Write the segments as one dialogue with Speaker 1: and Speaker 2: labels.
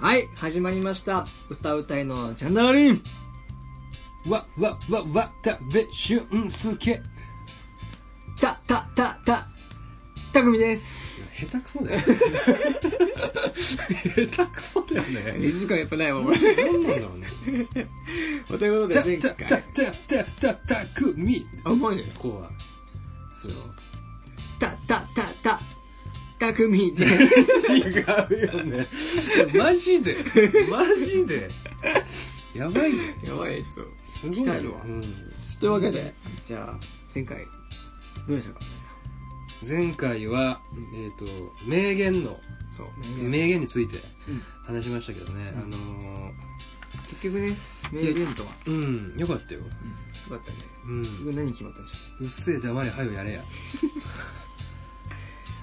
Speaker 1: はい、始まりました。歌うたいのジャンダリン
Speaker 2: わ、わ、わ、わ、たべ、しゅんすけ。
Speaker 1: た、た、た、た、たくみです。
Speaker 2: 下手くそだよね。下手くそだよね。
Speaker 1: 水感やっぱないわ、 俺。
Speaker 2: 何なんだろうね。
Speaker 1: ということ
Speaker 2: た、
Speaker 1: で、
Speaker 2: た、
Speaker 1: 前
Speaker 2: た、
Speaker 1: 回。
Speaker 2: た、た、た、たくみ。
Speaker 1: あ、うまいね。
Speaker 2: こうは。そう。
Speaker 1: た、た、た、た、たくみで
Speaker 2: 違うよね。マジで。マジで。やばいね。
Speaker 1: す。 やばい、ちょっと。
Speaker 2: すごいね。
Speaker 1: 鍛えるわ
Speaker 2: うん
Speaker 1: というわけで、じゃあ、前回、どうでしたか
Speaker 2: 前回は、えっと、名言の、
Speaker 1: そう。
Speaker 2: 名言について
Speaker 1: うん
Speaker 2: 話しましたけどね。
Speaker 1: うん
Speaker 2: あのー、
Speaker 1: 結局ね、名言とは。よ
Speaker 2: うん、よかったよ。
Speaker 1: かったね。
Speaker 2: うん
Speaker 1: 結。局何決まったんでしょ
Speaker 2: うっせえ黙れはよやれや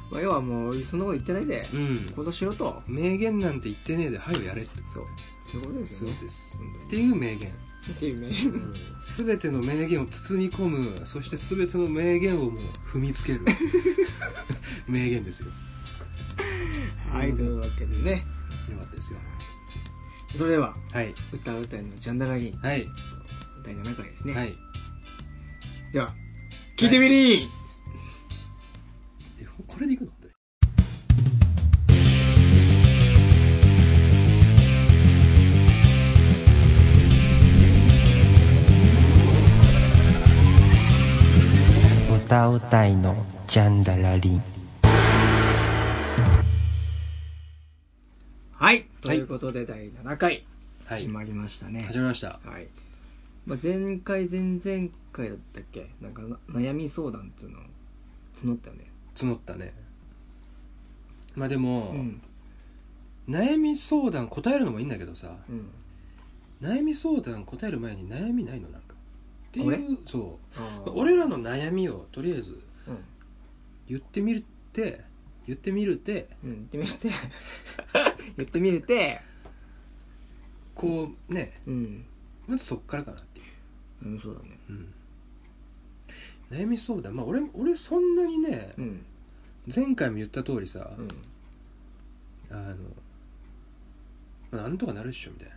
Speaker 1: う。まあ、要はもう、そんなこと言ってないで、
Speaker 2: ん
Speaker 1: 行動しろと。
Speaker 2: 名言なんて言ってねえではよやれって
Speaker 1: そう。そういうことです
Speaker 2: そ
Speaker 1: よ
Speaker 2: う
Speaker 1: ね。
Speaker 2: です
Speaker 1: 本当
Speaker 2: っ
Speaker 1: に
Speaker 2: ていう名言
Speaker 1: っていう名言。
Speaker 2: すべての名言を包み込むそしてすべての名言をもう踏みつ ける名言ですよ
Speaker 1: はい、というわけでね。
Speaker 2: よかったですよ
Speaker 1: それでは、
Speaker 2: はい
Speaker 1: 歌う歌いのジャンダラギン
Speaker 2: はい
Speaker 1: 第7回ですね、
Speaker 2: はい
Speaker 1: では聞いてみりー、
Speaker 2: えこれでいくのって
Speaker 3: 歌うたいのジャンダラリン
Speaker 1: はい、ということで第7回
Speaker 2: はい
Speaker 1: 始まりましたね、
Speaker 2: 始めました
Speaker 1: はいまあ、前回前々回だったっけなんかな悩み相談っていうのを募ったよね
Speaker 2: 募ったねまあでも、
Speaker 1: うん
Speaker 2: 悩み相談答えるのもいいんだけどさ
Speaker 1: うん
Speaker 2: 悩み相談答える前に悩みないのなんかっていうそう
Speaker 1: あー
Speaker 2: 俺らの悩みをとりあえず
Speaker 1: うん、
Speaker 2: 言ってみるって言ってみるって
Speaker 1: うん、言ってみて 言ってみるて
Speaker 2: こうね
Speaker 1: うん、
Speaker 2: まずそっからかなっていう、
Speaker 1: うん、そうだね
Speaker 2: うん、悩み相談まあ俺俺そんなにね
Speaker 1: うん
Speaker 2: 前回も言った通りさ、
Speaker 1: うん
Speaker 2: あのまあなんとかなるっしょみたいな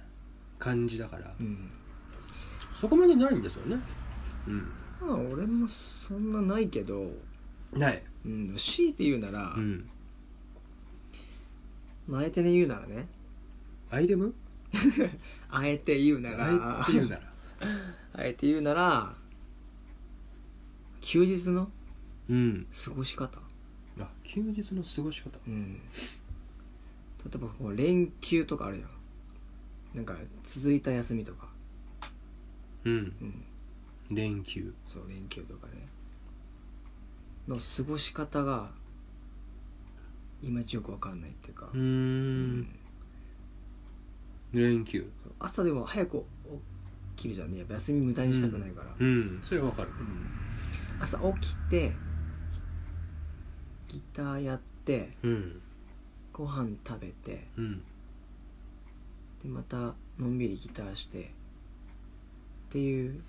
Speaker 2: 感じだから、
Speaker 1: うん
Speaker 2: そこまでないんですよねうん
Speaker 1: まあ俺もそんなないけど、
Speaker 2: ない
Speaker 1: うん、でも強いて言うなら、
Speaker 2: うん
Speaker 1: まああえてね言うならね
Speaker 2: アイデム
Speaker 1: あえて言うなら
Speaker 2: あえっていうなら
Speaker 1: あえて言うなら休日の
Speaker 2: うん
Speaker 1: 過ごし方、
Speaker 2: あ休日の過ごし方
Speaker 1: うん、例えばこう連休とかあるやんなんか続いた休みとか、
Speaker 2: うん
Speaker 1: うん、
Speaker 2: 連休
Speaker 1: そう連休とかねの過ごし方がいまいちよくわかんないっていうか、
Speaker 2: うー
Speaker 1: うん
Speaker 2: ん連休
Speaker 1: そう朝でも早く起きるじゃんねやっぱ休み無駄にしたくないから、
Speaker 2: うんそれはわかる
Speaker 1: うん朝起きてギターやって
Speaker 2: うん
Speaker 1: ご飯食べて
Speaker 2: うん
Speaker 1: でまたのんびりギターしてっていう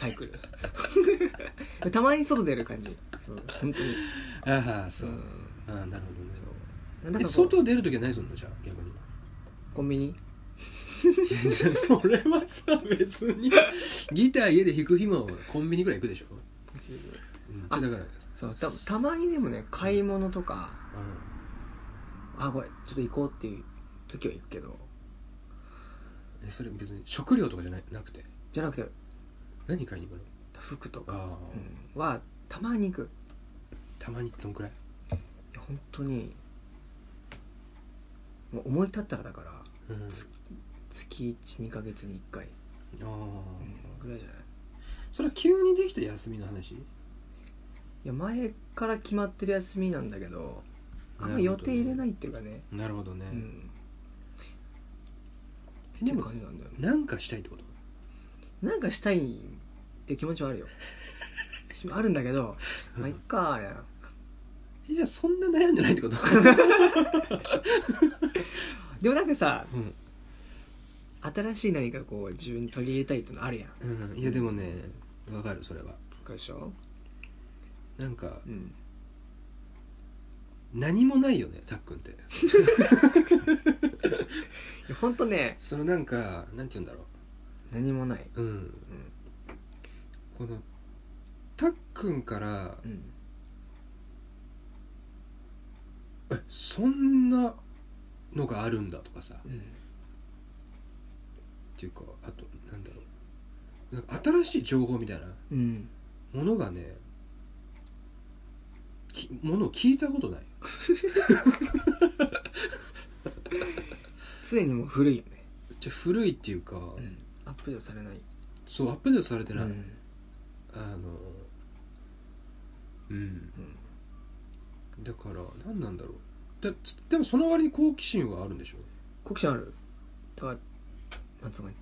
Speaker 1: サイク ルサイクルたまに外出る感じそう本当に
Speaker 2: ああそ
Speaker 1: うん
Speaker 2: うああなるほどね
Speaker 1: そうなん
Speaker 2: え
Speaker 1: かこう
Speaker 2: 外出るときは何するのじゃあ逆に
Speaker 1: コンビニ
Speaker 2: それはさ別にギター家で弾く日もコンビニぐらい行くでしょうん
Speaker 1: あ
Speaker 2: じゃあだから
Speaker 1: そうたたまにでもね買い物とか
Speaker 2: あ
Speaker 1: あこれちょっと行こうっていう時は行くけど
Speaker 2: のえそれ別に食料とかじゃないなくて
Speaker 1: じゃなくて
Speaker 2: 何買いに行くの
Speaker 1: 服とか、
Speaker 2: ああ
Speaker 1: うん、はたまに行く
Speaker 2: たまにどんくらい
Speaker 1: いや本当にもう思い立ったらだから
Speaker 2: うんあ
Speaker 1: 月12ヶ月に1回
Speaker 2: あ
Speaker 1: うんぐらいじゃない
Speaker 2: それは急にできた休みの話
Speaker 1: いや前から決まってる休みなんだけどあんま予定入れないっていうかね
Speaker 2: なるほどね
Speaker 1: うん
Speaker 2: え
Speaker 1: っ
Speaker 2: で
Speaker 1: て
Speaker 2: も
Speaker 1: 感じなんだよね
Speaker 2: なんかしたいってこと
Speaker 1: なんかしたいって気持ちはあるよ あるんだけどまあいっかーや
Speaker 2: えじゃあそんな悩んでないってこと
Speaker 1: でもなんかさ
Speaker 2: うん
Speaker 1: 新しい何かこう自分に取り入れたいってのあるやんわ
Speaker 2: うんいやでもねわかるそれは
Speaker 1: かるでしょ
Speaker 2: なんか
Speaker 1: うん
Speaker 2: 何もないよねたっくんって
Speaker 1: やほんとね
Speaker 2: そのなんかなんて言うんだろ
Speaker 1: 何もない、
Speaker 2: ううんこのたっくんから
Speaker 1: うんうん、
Speaker 2: えそんなのがあるんだとかさっていうかあとなんだろうなんか新しい情報みたいな
Speaker 1: うん、
Speaker 2: ものがねきものを聞いたことない
Speaker 1: 常にもう古いよね、
Speaker 2: じゃ古いっていうか、
Speaker 1: うん、アップデートされない
Speaker 2: そうアップデートされてない、
Speaker 1: うん
Speaker 2: あのう
Speaker 1: う
Speaker 2: ん
Speaker 1: ん
Speaker 2: だから何なんだろうだつでもその割に好奇心はあるんでしょ
Speaker 1: 好奇心あるだからなんつうのかね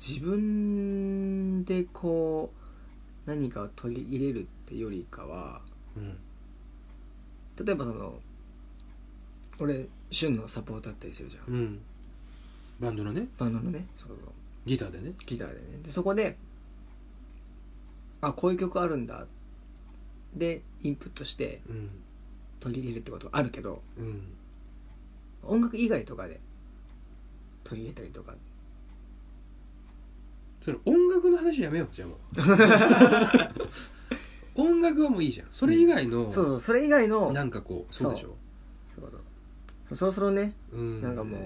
Speaker 1: 自分でこう何かを取り入れるってよりかは
Speaker 2: うん
Speaker 1: 例えばその俺旬のサポートあったりするじゃん、
Speaker 2: うんバンドのね
Speaker 1: バンドのねその
Speaker 2: ギターでね
Speaker 1: ギターでねでそこであこういう曲あるんだでインプットして
Speaker 2: うん
Speaker 1: 取り入れるってことはあるけど
Speaker 2: うん
Speaker 1: 音楽以外とかで取り入れたりとか
Speaker 2: それ音楽の話やめようじゃあも う音楽はもういいじゃんそれ以外の、
Speaker 1: そうそうそれ以外の
Speaker 2: なんかこうそうでしょ
Speaker 1: そうそうそうそろそろね
Speaker 2: うん
Speaker 1: なんかも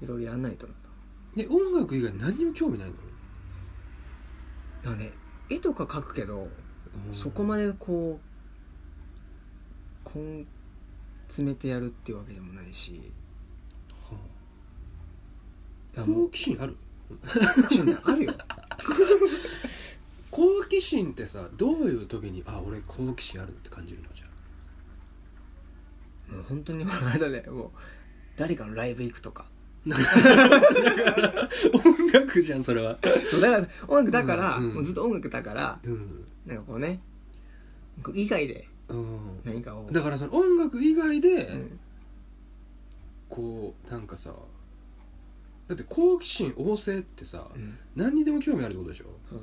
Speaker 1: ういろいろやんないとな
Speaker 2: で音楽以外何にも興味ないの、
Speaker 1: だからね絵とか描くけど
Speaker 2: うん
Speaker 1: そこまでこう根詰めてやるっていうわけでもないし
Speaker 2: はあ
Speaker 1: だからも
Speaker 2: 好
Speaker 1: う
Speaker 2: 奇心ある
Speaker 1: 好奇心あるよ
Speaker 2: 好奇心ってさどういう時にあ俺好奇心あるって感じるのじゃあ
Speaker 1: もう本当にもうあれだねもう誰かのライブ行くとか
Speaker 2: なんか音楽じゃんそれは
Speaker 1: そうだから音楽だから、
Speaker 2: うんうん
Speaker 1: もうずっと音楽だから
Speaker 2: うん、
Speaker 1: なんかこうねこう以外で
Speaker 2: うん、
Speaker 1: 何かを
Speaker 2: だからその音楽以外で、
Speaker 1: うん
Speaker 2: こうなんかさだって好奇心旺盛ってさ、
Speaker 1: うん
Speaker 2: 何にでも興味あるってことでしょ
Speaker 1: そう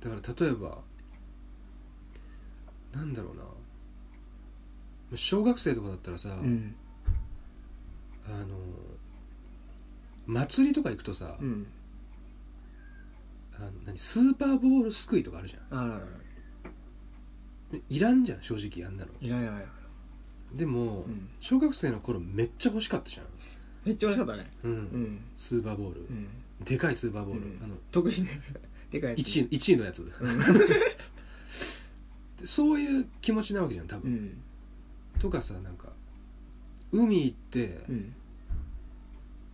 Speaker 2: だから例えばなんだろうな小学生とかだったらさ、
Speaker 1: うん
Speaker 2: あの祭りとか行くとさ、
Speaker 1: うん
Speaker 2: あの何スーパーボールすくいとかあるじゃ
Speaker 1: あららら
Speaker 2: んいらんじゃん正直あんなの
Speaker 1: いらいらいら
Speaker 2: でも、
Speaker 1: うん
Speaker 2: 小学生の頃めっちゃ欲しかったじゃん、
Speaker 1: めっちゃ美味しかったね
Speaker 2: うん
Speaker 1: うん
Speaker 2: スーパーボール、
Speaker 1: うん
Speaker 2: でかいスーパーボール、
Speaker 1: うん
Speaker 2: あの
Speaker 1: 特にねでかいやつ
Speaker 2: 1, 位1位のやつ、 でそういう気持ちなわけじゃん多
Speaker 1: う
Speaker 2: 分、
Speaker 1: ん
Speaker 2: とかさなんか海行って、
Speaker 1: うん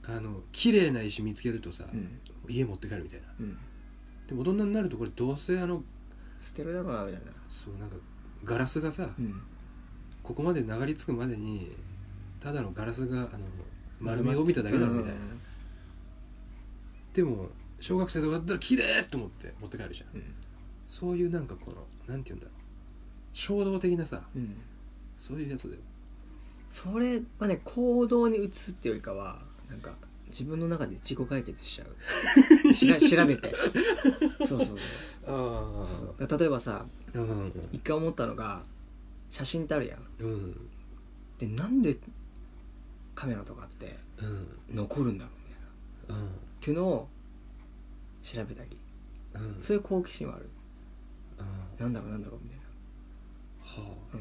Speaker 2: あの綺麗な石見つけるとさ、
Speaker 1: うん
Speaker 2: 家持って帰るみたいな
Speaker 1: うん
Speaker 2: でも大人になるとこれどうせあの
Speaker 1: 捨てるだろうなみたいな
Speaker 2: そうなんかガラスがさ、
Speaker 1: うん
Speaker 2: ここまで流れ着くまでにただのガラスがあの丸みを帯びただけだろみたいな、でも小学生とかだったら綺麗と思って持って帰るじゃん
Speaker 1: うん
Speaker 2: そういうなんかこのなんて言うんだろう衝動的なさ
Speaker 1: うんうん
Speaker 2: そういうやつで
Speaker 1: それはね行動に移すっていうよりかはなんか自分の中で自己解決しちゃう しら調べてそうそうそう
Speaker 2: ああ
Speaker 1: そうだから例えばさ
Speaker 2: うん
Speaker 1: 一回思ったのが写真ってあるやん
Speaker 2: うん
Speaker 1: でなんでカメラとかって
Speaker 2: うん
Speaker 1: 残るんだろうみたいなっ
Speaker 2: うん
Speaker 1: ていうのを調べたり
Speaker 2: うん
Speaker 1: そういう好奇心はある
Speaker 2: うん
Speaker 1: なんだろうなんだろうみたいな
Speaker 2: は
Speaker 1: うん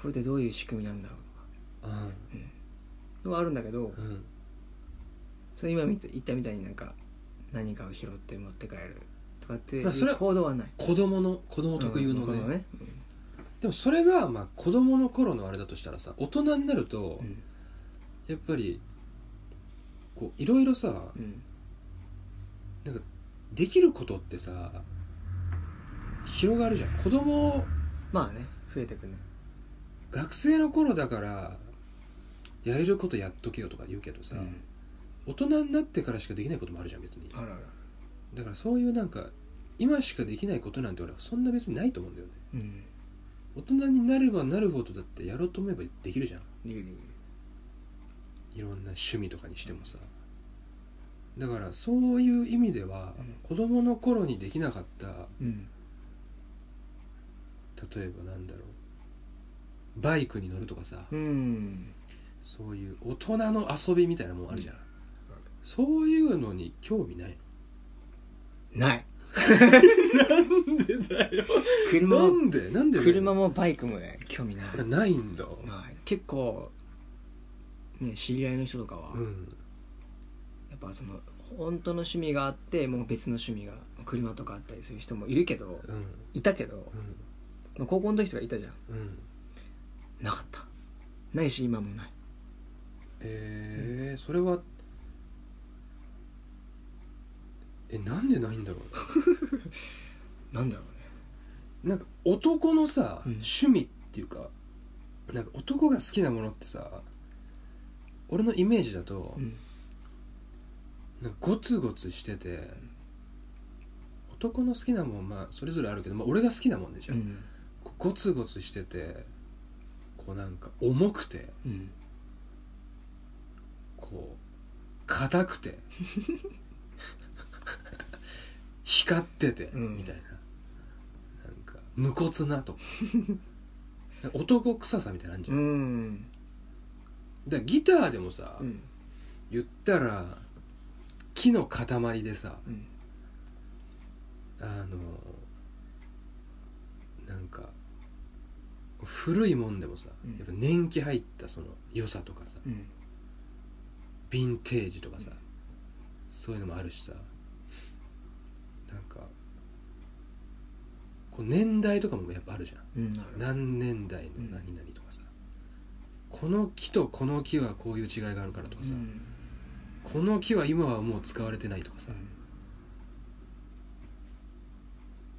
Speaker 1: これってどういう仕組みなんだろう
Speaker 2: あうん
Speaker 1: のはあるんだけど
Speaker 2: うん
Speaker 1: それ今見て言ったみたいになんか何かを拾って持って帰るとかってい
Speaker 2: まあそれ
Speaker 1: う
Speaker 2: は
Speaker 1: 行動はない
Speaker 2: 子供の子供特有のね,、
Speaker 1: うんね
Speaker 2: でもそれがまあ子供の頃のあれだとしたらさ大人になると
Speaker 1: うん
Speaker 2: やっぱりこういろいろさ、
Speaker 1: うん
Speaker 2: できることってさ広がるじゃん子供
Speaker 1: まあね増えてくね
Speaker 2: 学生の頃だからやれることやっとけよとか言うけどさ、
Speaker 1: うん
Speaker 2: 大人になってからしかできないこともあるじゃん別に
Speaker 1: あらあら
Speaker 2: だからそういうなんか今しかできないことなんて俺はそんな別にないと思うんだよね
Speaker 1: うん
Speaker 2: 大人になればなるほどだってやろうと思えばできるじゃん
Speaker 1: できるできる
Speaker 2: いろんな趣味とかにしてもさだからそういう意味では
Speaker 1: うん
Speaker 2: 子供の頃にできなかった
Speaker 1: うん
Speaker 2: 例えばなんだろうバイクに乗るとかさ
Speaker 1: うん
Speaker 2: そういう大人の遊びみたいなもんあるじゃん、そういうのに興味ない
Speaker 1: ない
Speaker 2: なんでだよ
Speaker 1: 車
Speaker 2: な
Speaker 1: も
Speaker 2: んでなんでだよ
Speaker 1: 車もバイクもね興味ない
Speaker 2: ないんだ
Speaker 1: はい結構ね知り合いの人とかは、
Speaker 2: うん
Speaker 1: やっぱその本当の趣味があってもう別の趣味が車とかあったりする人もいるけど
Speaker 2: うん
Speaker 1: いたけど
Speaker 2: うん
Speaker 1: まあ高校の時とかいたじゃん
Speaker 2: うん
Speaker 1: なかったないし今もない
Speaker 2: えー、それはえなんでないんだろ
Speaker 1: なんだろ
Speaker 2: うなんか男のさ、
Speaker 1: うん
Speaker 2: 趣味っていうかなんか男が好きなものってさ俺のイメージだと、
Speaker 1: うね
Speaker 2: なんかゴツゴツしてて男の好きなもんまあそれぞれあるけど、まあ、俺が好きなもんでじ
Speaker 1: う
Speaker 2: ゃん、
Speaker 1: ん
Speaker 2: こうゴツゴツしててこうなんか重くて
Speaker 1: うん
Speaker 2: こう硬くて 光ってて、
Speaker 1: うん
Speaker 2: みたいななんか無骨なと かなんか男臭さみたいなのあんじ
Speaker 1: う
Speaker 2: ゃん、だか
Speaker 1: ん
Speaker 2: らギターでもさ、
Speaker 1: うん
Speaker 2: 言ったら木の塊でさ、
Speaker 1: うん
Speaker 2: あのなんか古いもんでもさ、
Speaker 1: うん
Speaker 2: やっぱ年季入ったその良さとかさ
Speaker 1: うん
Speaker 2: ヴィンテージとかさ、そういうのもあるしさなんかこう年代とかもやっぱあるじゃん
Speaker 1: うんなる
Speaker 2: 何年代の何々とかさ、この木とこの木はこういう違いがあるからとか
Speaker 1: う
Speaker 2: さ、
Speaker 1: ん
Speaker 2: この木は今はもう使われてないとかさ、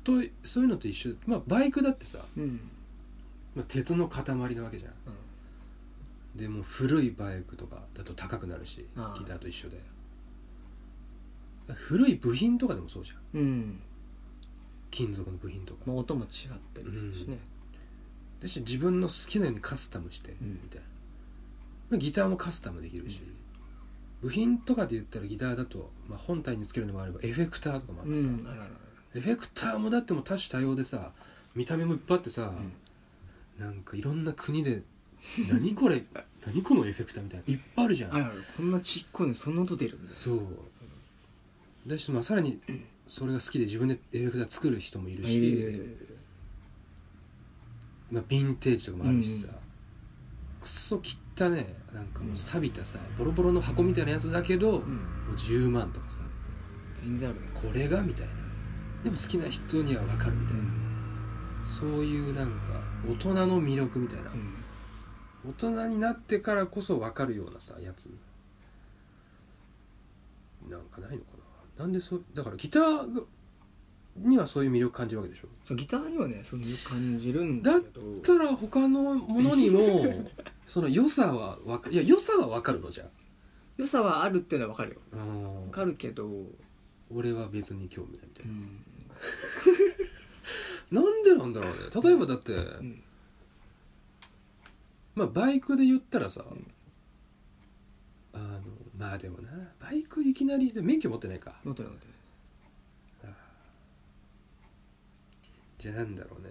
Speaker 2: とそういうのと一緒まあバイクだってさ、
Speaker 1: うん
Speaker 2: まあ、鉄の塊なわけじゃん
Speaker 1: うん
Speaker 2: でもう古いバイクとかだと高くなるし
Speaker 1: ああ
Speaker 2: ギターと一緒で古い部品とかでもそうじゃん
Speaker 1: うん
Speaker 2: 金属の部品とか
Speaker 1: まあ音も違ったりするしね
Speaker 2: だし自分の好きなようにカスタムして
Speaker 1: うん
Speaker 2: みたいな、まあギターもカスタムできるし、部品とかで言ったらギターだと、まあ、本体につけるのもあればエフェクターとかもあっ
Speaker 1: う
Speaker 2: てさ、
Speaker 1: んあるある
Speaker 2: エフェクターもだってもう多種多様でさ見た目もいっぱいあってさ
Speaker 1: あ、る
Speaker 2: なんかいろんな国で何これ 何このエフェクターみたいないっぱいあるじゃん
Speaker 1: あるあるこんなちっこいのにそんな音出るんです
Speaker 2: そうだし、まあ、さらにそれが好きで自分でエフェクター作る人もいるし、まあ、ヴィンテージとかもあるしさ、
Speaker 1: うん
Speaker 2: くっそ切ったねなんかもう錆びたさボロボロの箱みたいなやつだけど、
Speaker 1: う
Speaker 2: も
Speaker 1: ん
Speaker 2: う10万とかさ
Speaker 1: 全然あるね
Speaker 2: これがみたいなでも好きな人には分かるみたいな、そういうなんか大人の魅力みたいな、
Speaker 1: うん
Speaker 2: 大人になってからこそ分かるようなさやつなんかないのかななんでそうだからギターがにはそういう魅力感じるわけでしょ
Speaker 1: そうギターにはねそういう感じるん
Speaker 2: だ
Speaker 1: だ
Speaker 2: っ
Speaker 1: けど
Speaker 2: たら他のもの にもその良さはわかいや良さは分かるのじゃ
Speaker 1: 良さはあるっていうのは分かるよ
Speaker 2: あ
Speaker 1: 分かるけど、
Speaker 2: 俺は別に興味ないみたいな、なんでなんだろうね例えばだって、
Speaker 1: ん
Speaker 2: まあバイクで言ったらさ、
Speaker 1: ん
Speaker 2: あのまあでもなバイクいきなり免許持ってないか
Speaker 1: 持ってない持ってない
Speaker 2: じゃあなんだろうね、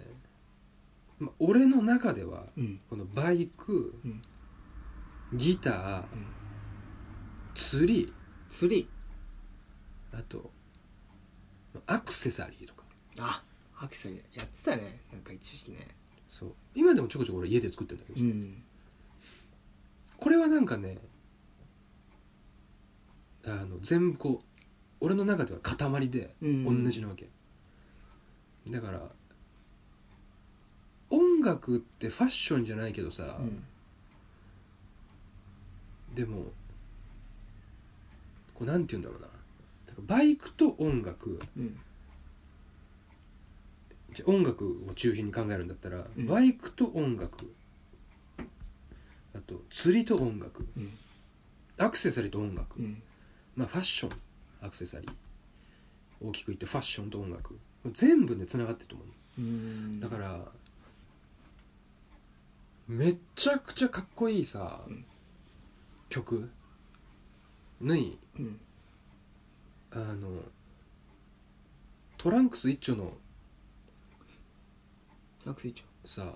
Speaker 2: まあ、俺の中では
Speaker 1: うん
Speaker 2: このバイク、
Speaker 1: うん
Speaker 2: ギター、
Speaker 1: ん
Speaker 2: 釣り
Speaker 1: 釣り
Speaker 2: あとアクセサリーとか
Speaker 1: あアクセサリーやってたねなんか一時期ね
Speaker 2: そう今でもちょこちょこ俺家で作ってるんだけど、
Speaker 1: ん
Speaker 2: これはなんかねあの全部こう俺の中では塊で同
Speaker 1: うん
Speaker 2: じなわけ、だから音楽ってファッションじゃないけどさ、
Speaker 1: うん
Speaker 2: でもこうなんて言うんだろうなだからバイクと音楽
Speaker 1: うん
Speaker 2: じゃあ音楽を中心に考えるんだったら、
Speaker 1: うん
Speaker 2: バイクと音楽あと釣りと音楽
Speaker 1: うん
Speaker 2: アクセサリーと音楽、
Speaker 1: うん
Speaker 2: まあファッションアクセサリー大きく言ってファッションと音楽全部ねつながってると思う
Speaker 1: うん
Speaker 2: だからめちゃくちゃかっこいいさ、
Speaker 1: うん
Speaker 2: 曲に
Speaker 1: うん
Speaker 2: あのトランクス一丁の
Speaker 1: アクセ一丁
Speaker 2: さ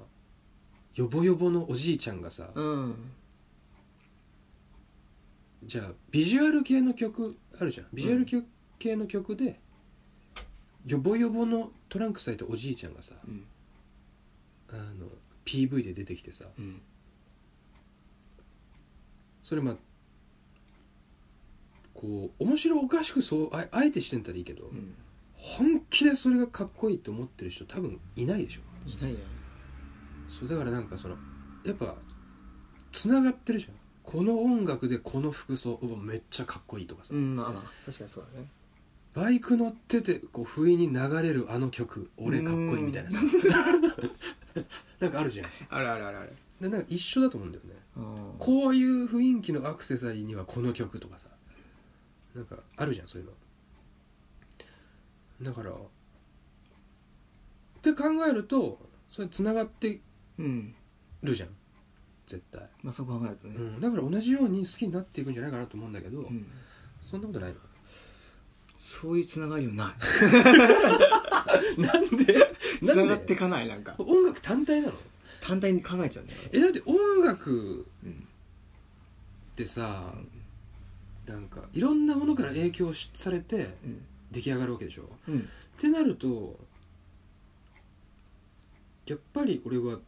Speaker 2: ヨボヨボのおじいちゃんがさ、
Speaker 1: うん
Speaker 2: じゃあビジュアル系の曲あるじゃんビジュアル系の曲で、ヨボヨボのトランクされたおじいちゃんがさ
Speaker 1: うん
Speaker 2: あの PV で出てきてさ
Speaker 1: うん
Speaker 2: それまあこう面白おかしくそうああえてしてんだったらいいけど、
Speaker 1: うん
Speaker 2: 本気でそれがかっこいいと思ってる人多分いないでしょ
Speaker 1: いないね
Speaker 2: そうだからなんかそのやっぱつながってるじゃんこの音楽でこの服装うわめっちゃかっこいいとかさ、
Speaker 1: うんまあまあ確かにそうだね
Speaker 2: バイク乗っててこう不意に流れるあの曲俺かっこいいみたい なさなんかあるじゃん
Speaker 1: あるあるあるある
Speaker 2: でなんか一緒だと思うんだよね
Speaker 1: あー
Speaker 2: こういう雰囲気のアクセサリーにはこの曲とかさなんかあるじゃんそういうのだからって考えるとそれつながって
Speaker 1: うん
Speaker 2: るじゃん絶対、
Speaker 1: まあそう考えると
Speaker 2: う
Speaker 1: ね
Speaker 2: ん、だから同じように好きになっていくんじゃないかなと思うんだけど、
Speaker 1: うん
Speaker 2: そんなことない
Speaker 1: そういうつながりはない
Speaker 2: の なんで
Speaker 1: つながってかないなんか
Speaker 2: 音楽単体なの
Speaker 1: 単体に考えちゃうんだよ
Speaker 2: えだって音楽
Speaker 1: うん
Speaker 2: ってさなんかいろんなものから影響しされて
Speaker 1: うん
Speaker 2: 出来上がるわけでしょ
Speaker 1: うん
Speaker 2: ってなるとやっぱり俺は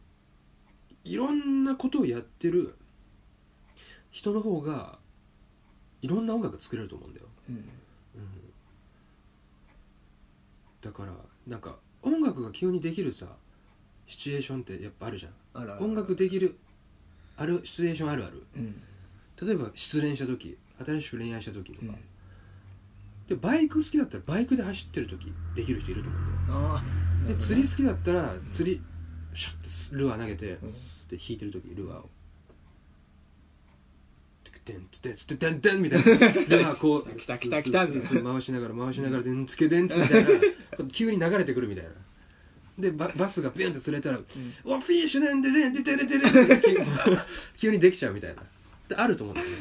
Speaker 2: いろんなことをやってる人の方がいろんな音楽作れると思うんだよ、
Speaker 1: うん
Speaker 2: うんだからなんか音楽が急にできるさシチュエーションってやっぱあるじゃん
Speaker 1: あるある
Speaker 2: 音楽できるあるシチュエーションあるある
Speaker 1: うん
Speaker 2: 例えば失恋した時新しく恋愛した時と
Speaker 1: う
Speaker 2: か、
Speaker 1: ん
Speaker 2: でバイク好きだったらバイクで走ってる時できる人いると思うんだよ
Speaker 1: ああ
Speaker 2: で釣り好きだったら釣りシュッてルアー投げて
Speaker 1: うん
Speaker 2: スッて引いてる時ルアーを「てんつてんつてんてん」みたいなル アーこう
Speaker 1: 来た来た来た
Speaker 2: スッスッスッスッ回しながら回しながらでんつけでんつみたいな急に流れてくるみたいなでババスがビュンって釣れたら「おフィッシュなんでねんでてれてれ」急 に急にできちゃうみたいなであると思うんだよね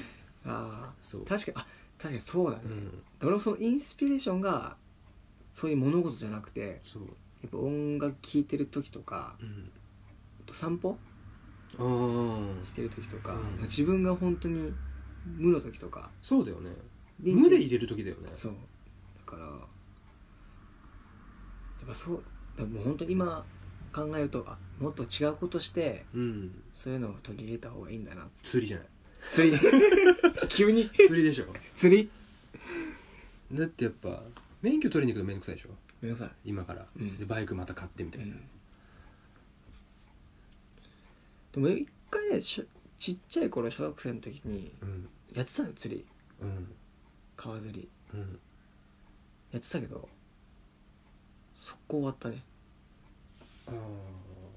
Speaker 1: ああ
Speaker 2: そう
Speaker 1: 確かにあ確かにそうだね
Speaker 2: うん
Speaker 1: 俺もそのインスピレーションがそういう物事じゃなくて
Speaker 2: そう
Speaker 1: やっぱ音楽聴いてる時とか
Speaker 2: うん
Speaker 1: あと散歩
Speaker 2: あー
Speaker 1: してる時とか、
Speaker 2: うん
Speaker 1: まあ自分が本当に無の時とか
Speaker 2: そうだよね無で
Speaker 1: い
Speaker 2: 入れる時だよね
Speaker 1: そうだからやっぱそうだからもう本当に今考えるとあもっと違うことして
Speaker 2: うん
Speaker 1: そういうのを取り入れた方がいいんだな
Speaker 2: 釣りじゃない
Speaker 1: 釣り 急に
Speaker 2: 釣りでしょ
Speaker 1: 釣り
Speaker 2: だってやっぱ免許取りに行くのめんどくさいでしょ
Speaker 1: ごめんなさい
Speaker 2: 今から、
Speaker 1: うん
Speaker 2: でバイクまた買ってみたいな、
Speaker 1: でも一回ねしょちっちゃい頃小学生の時に
Speaker 2: うん
Speaker 1: やってたの釣り
Speaker 2: うん
Speaker 1: 川釣り
Speaker 2: うん
Speaker 1: やってたけど速攻終わったね
Speaker 2: ああ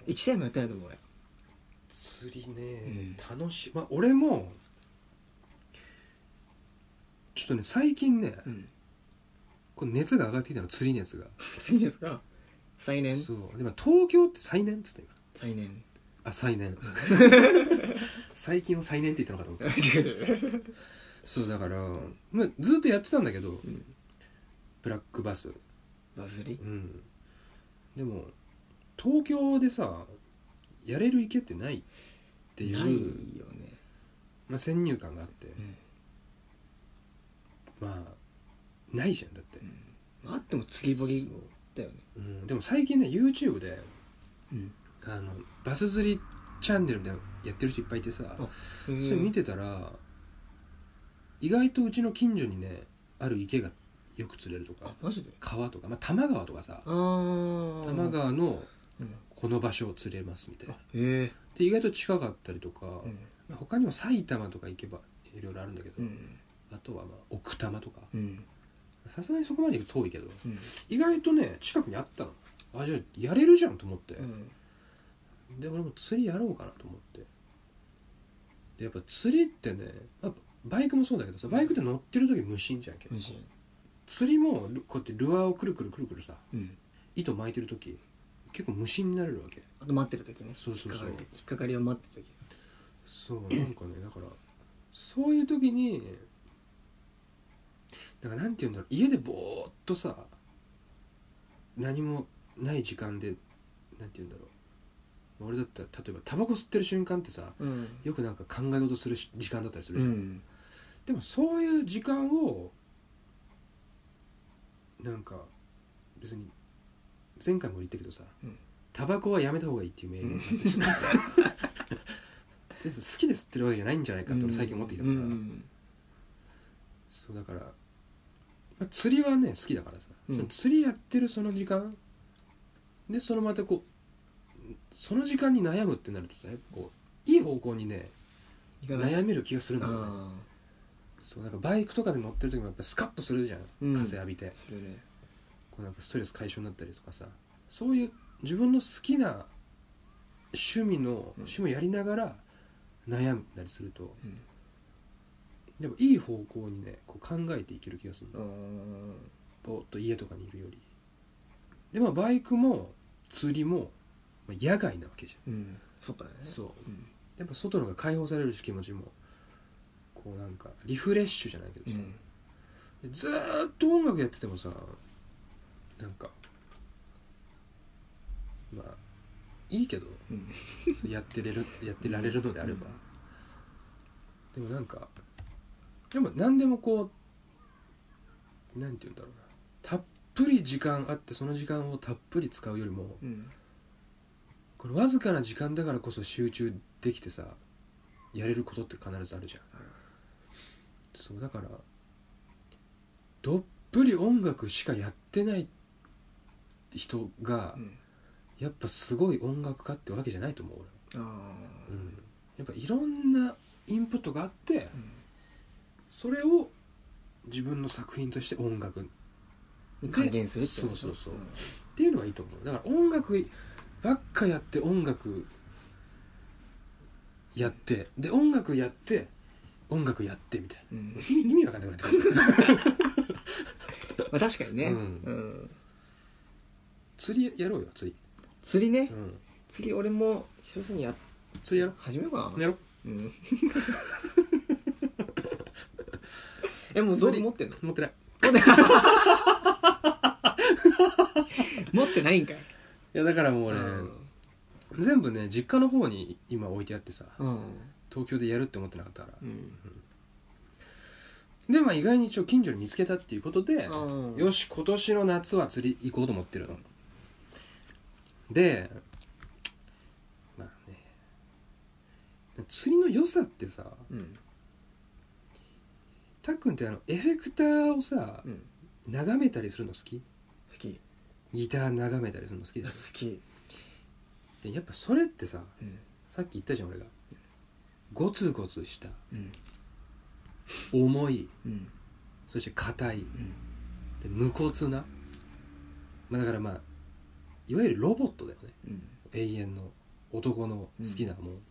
Speaker 1: 1年もやってないと思う俺
Speaker 2: 釣りね、楽しいまあ俺もちょっとね最近ね
Speaker 1: うん
Speaker 2: こう熱が上がってきたの釣り熱が
Speaker 1: 釣りですか再燃
Speaker 2: そうでも東京って再燃っつった今
Speaker 1: 再 燃
Speaker 2: あ 再燃最近は再燃って言ったのかと思った
Speaker 1: 違う違う
Speaker 2: そうだから、まあ、ずっとやってたんだけど、
Speaker 1: ん
Speaker 2: ブラックバス
Speaker 1: バズり
Speaker 2: うんでも東京でさやれる池ってないってい、
Speaker 1: ないうよね
Speaker 2: まあ、先入観があって、
Speaker 1: ん
Speaker 2: まあないじゃんだって、
Speaker 1: あっても釣り堀
Speaker 2: そう
Speaker 1: だよね
Speaker 2: うんでも最近ね YouTube で
Speaker 1: うん
Speaker 2: あのバス釣りチャンネルみたいなのやってる人いっぱいいてさ
Speaker 1: あそ
Speaker 2: それ見てたら、意外とうちの近所にねある池がよく釣れると
Speaker 1: あ
Speaker 2: か
Speaker 1: マジで
Speaker 2: 川とか、まあ、多摩川とかさ
Speaker 1: あー
Speaker 2: 多摩川の
Speaker 1: うん
Speaker 2: この場所を釣れますみたいな
Speaker 1: あへえ
Speaker 2: で意外と近かったりとか、
Speaker 1: うん
Speaker 2: まあ他にも埼玉とか行けばいろいろあるんだけど、
Speaker 1: うん
Speaker 2: あとはまあ奥多摩とか
Speaker 1: うん
Speaker 2: さすがにそこまで行くと遠いけど
Speaker 1: うん
Speaker 2: 意外とね近くにあったのあじゃあやれるじゃんと思って、
Speaker 1: うん
Speaker 2: で俺も釣りやろうかなと思ってでやっぱ釣りってねやっぱバイクもそうだけどさバイクって乗ってる時無心じゃんけ
Speaker 1: 美味しい
Speaker 2: 釣りもルこうやってルアーをくるくるくるくるさ
Speaker 1: うん
Speaker 2: 糸巻いてる時結構無心になれるわけ
Speaker 1: あと待ってる時ね
Speaker 2: そうそうそう
Speaker 1: 引っかかり引っかかりを待ってる
Speaker 2: そうなんかねだからそういう時にだからなんて言うんだろう家でぼーっとさ何もない時間でなんて言うんだろう俺だったら例えばタバコ吸ってる瞬間ってさ
Speaker 1: 時うん
Speaker 2: よくなんか考え事するし時間だったりする
Speaker 1: う
Speaker 2: じゃん、
Speaker 1: ん
Speaker 2: でもそういう時間をなんか別に前回も言ったけどさ、
Speaker 1: うん
Speaker 2: タバコはやめた方がいいっていう名言があってさです好きで吸ってるわけじゃないんじゃないかって俺最近思ってきたから、
Speaker 1: うん
Speaker 2: そうだから、まあ釣りはね好きだからさ、
Speaker 1: うん
Speaker 2: その釣りやってるその時間でそのまたこうその時間に悩むってなるとさやっぱこういい方向にね
Speaker 1: いかない
Speaker 2: 悩める気がするんだよね
Speaker 1: あ
Speaker 2: そうなんかバイクとかで乗ってる時もやっぱスカッとするじゃん、
Speaker 1: うん
Speaker 2: 風浴びて
Speaker 1: あそれね
Speaker 2: こうなんかストレス解消になったりとかさそういう自分の好きな趣味の、趣味をやりながら悩んだりすると
Speaker 1: うん
Speaker 2: やっぱいい方向にねこう考えていける気がする
Speaker 1: あ
Speaker 2: の
Speaker 1: ー
Speaker 2: ぼーっと家とかにいるよりでまあバイクも釣りもまあ野外なわけじ
Speaker 1: うんそうだね
Speaker 2: ゃんそう
Speaker 1: うん
Speaker 2: やっぱ外の方が解放されるし気持ちもこうなんかリフレッシュじゃないけど
Speaker 1: う
Speaker 2: さ、
Speaker 1: ん
Speaker 2: ずーっと音楽やっててもさなんかまあいいけど
Speaker 1: うん
Speaker 2: やってれるやってられるのであれば、でもなんかでも何でもこうなんて言うんだろうなたっぷり時間あってその時間をたっぷり使うよりも
Speaker 1: うん
Speaker 2: このわずかな時間だからこそ集中できてさやれることって必ずあるじゃん
Speaker 1: あら
Speaker 2: そうだからどっぷり音楽しかやってない人が、
Speaker 1: うん
Speaker 2: やっぱすごい音楽家ってわけじゃないと思う
Speaker 1: あー
Speaker 2: 俺、やっぱいろんなインプットがあって
Speaker 1: うん
Speaker 2: それを自分の作品として音楽っ
Speaker 1: に還元するってこと
Speaker 2: そうそうそうていうのがいいと思うだから音楽ばっかやって音楽やってで音楽やって音楽やってみたい
Speaker 1: うんうん
Speaker 2: な意味意味わかんなくなってくる
Speaker 1: まあ確かにね
Speaker 2: う
Speaker 1: うんん
Speaker 2: 釣りやろうよ釣
Speaker 1: 釣りね
Speaker 2: り、うん、
Speaker 1: 釣り俺も久々にやっ
Speaker 2: 釣りやろ
Speaker 1: 始めようか
Speaker 2: う
Speaker 1: な
Speaker 2: やろう
Speaker 1: うん えもう道具持ってんの
Speaker 2: 持ってない
Speaker 1: 持ってない持ってないんかい
Speaker 2: いやだからもう俺、
Speaker 1: うん
Speaker 2: 全部ね実家の方に今置いてあってさ
Speaker 1: うん
Speaker 2: 東京でやるって思ってなかったから、
Speaker 1: うん
Speaker 2: でまあ意外に一応近所に見つけたっていうことで、
Speaker 1: うん
Speaker 2: よし今年の夏は釣り行こうと思ってるのでまあね釣りの良さってさ
Speaker 1: うん
Speaker 2: たっくんってあのエフェクターをさ
Speaker 1: うん
Speaker 2: 眺めたりするの好き
Speaker 1: 好き
Speaker 2: ギター眺めたりするの好き
Speaker 1: 好
Speaker 2: でし
Speaker 1: き
Speaker 2: ょでやっぱそれってさ
Speaker 1: うん
Speaker 2: さっき言ったじゃん俺がゴツゴツした
Speaker 1: うん
Speaker 2: 重い
Speaker 1: うん
Speaker 2: そして硬い
Speaker 1: うん
Speaker 2: で無骨な、まあ、だからまあいわゆるロボットだよね
Speaker 1: うん
Speaker 2: 永遠の男の好きなもん、って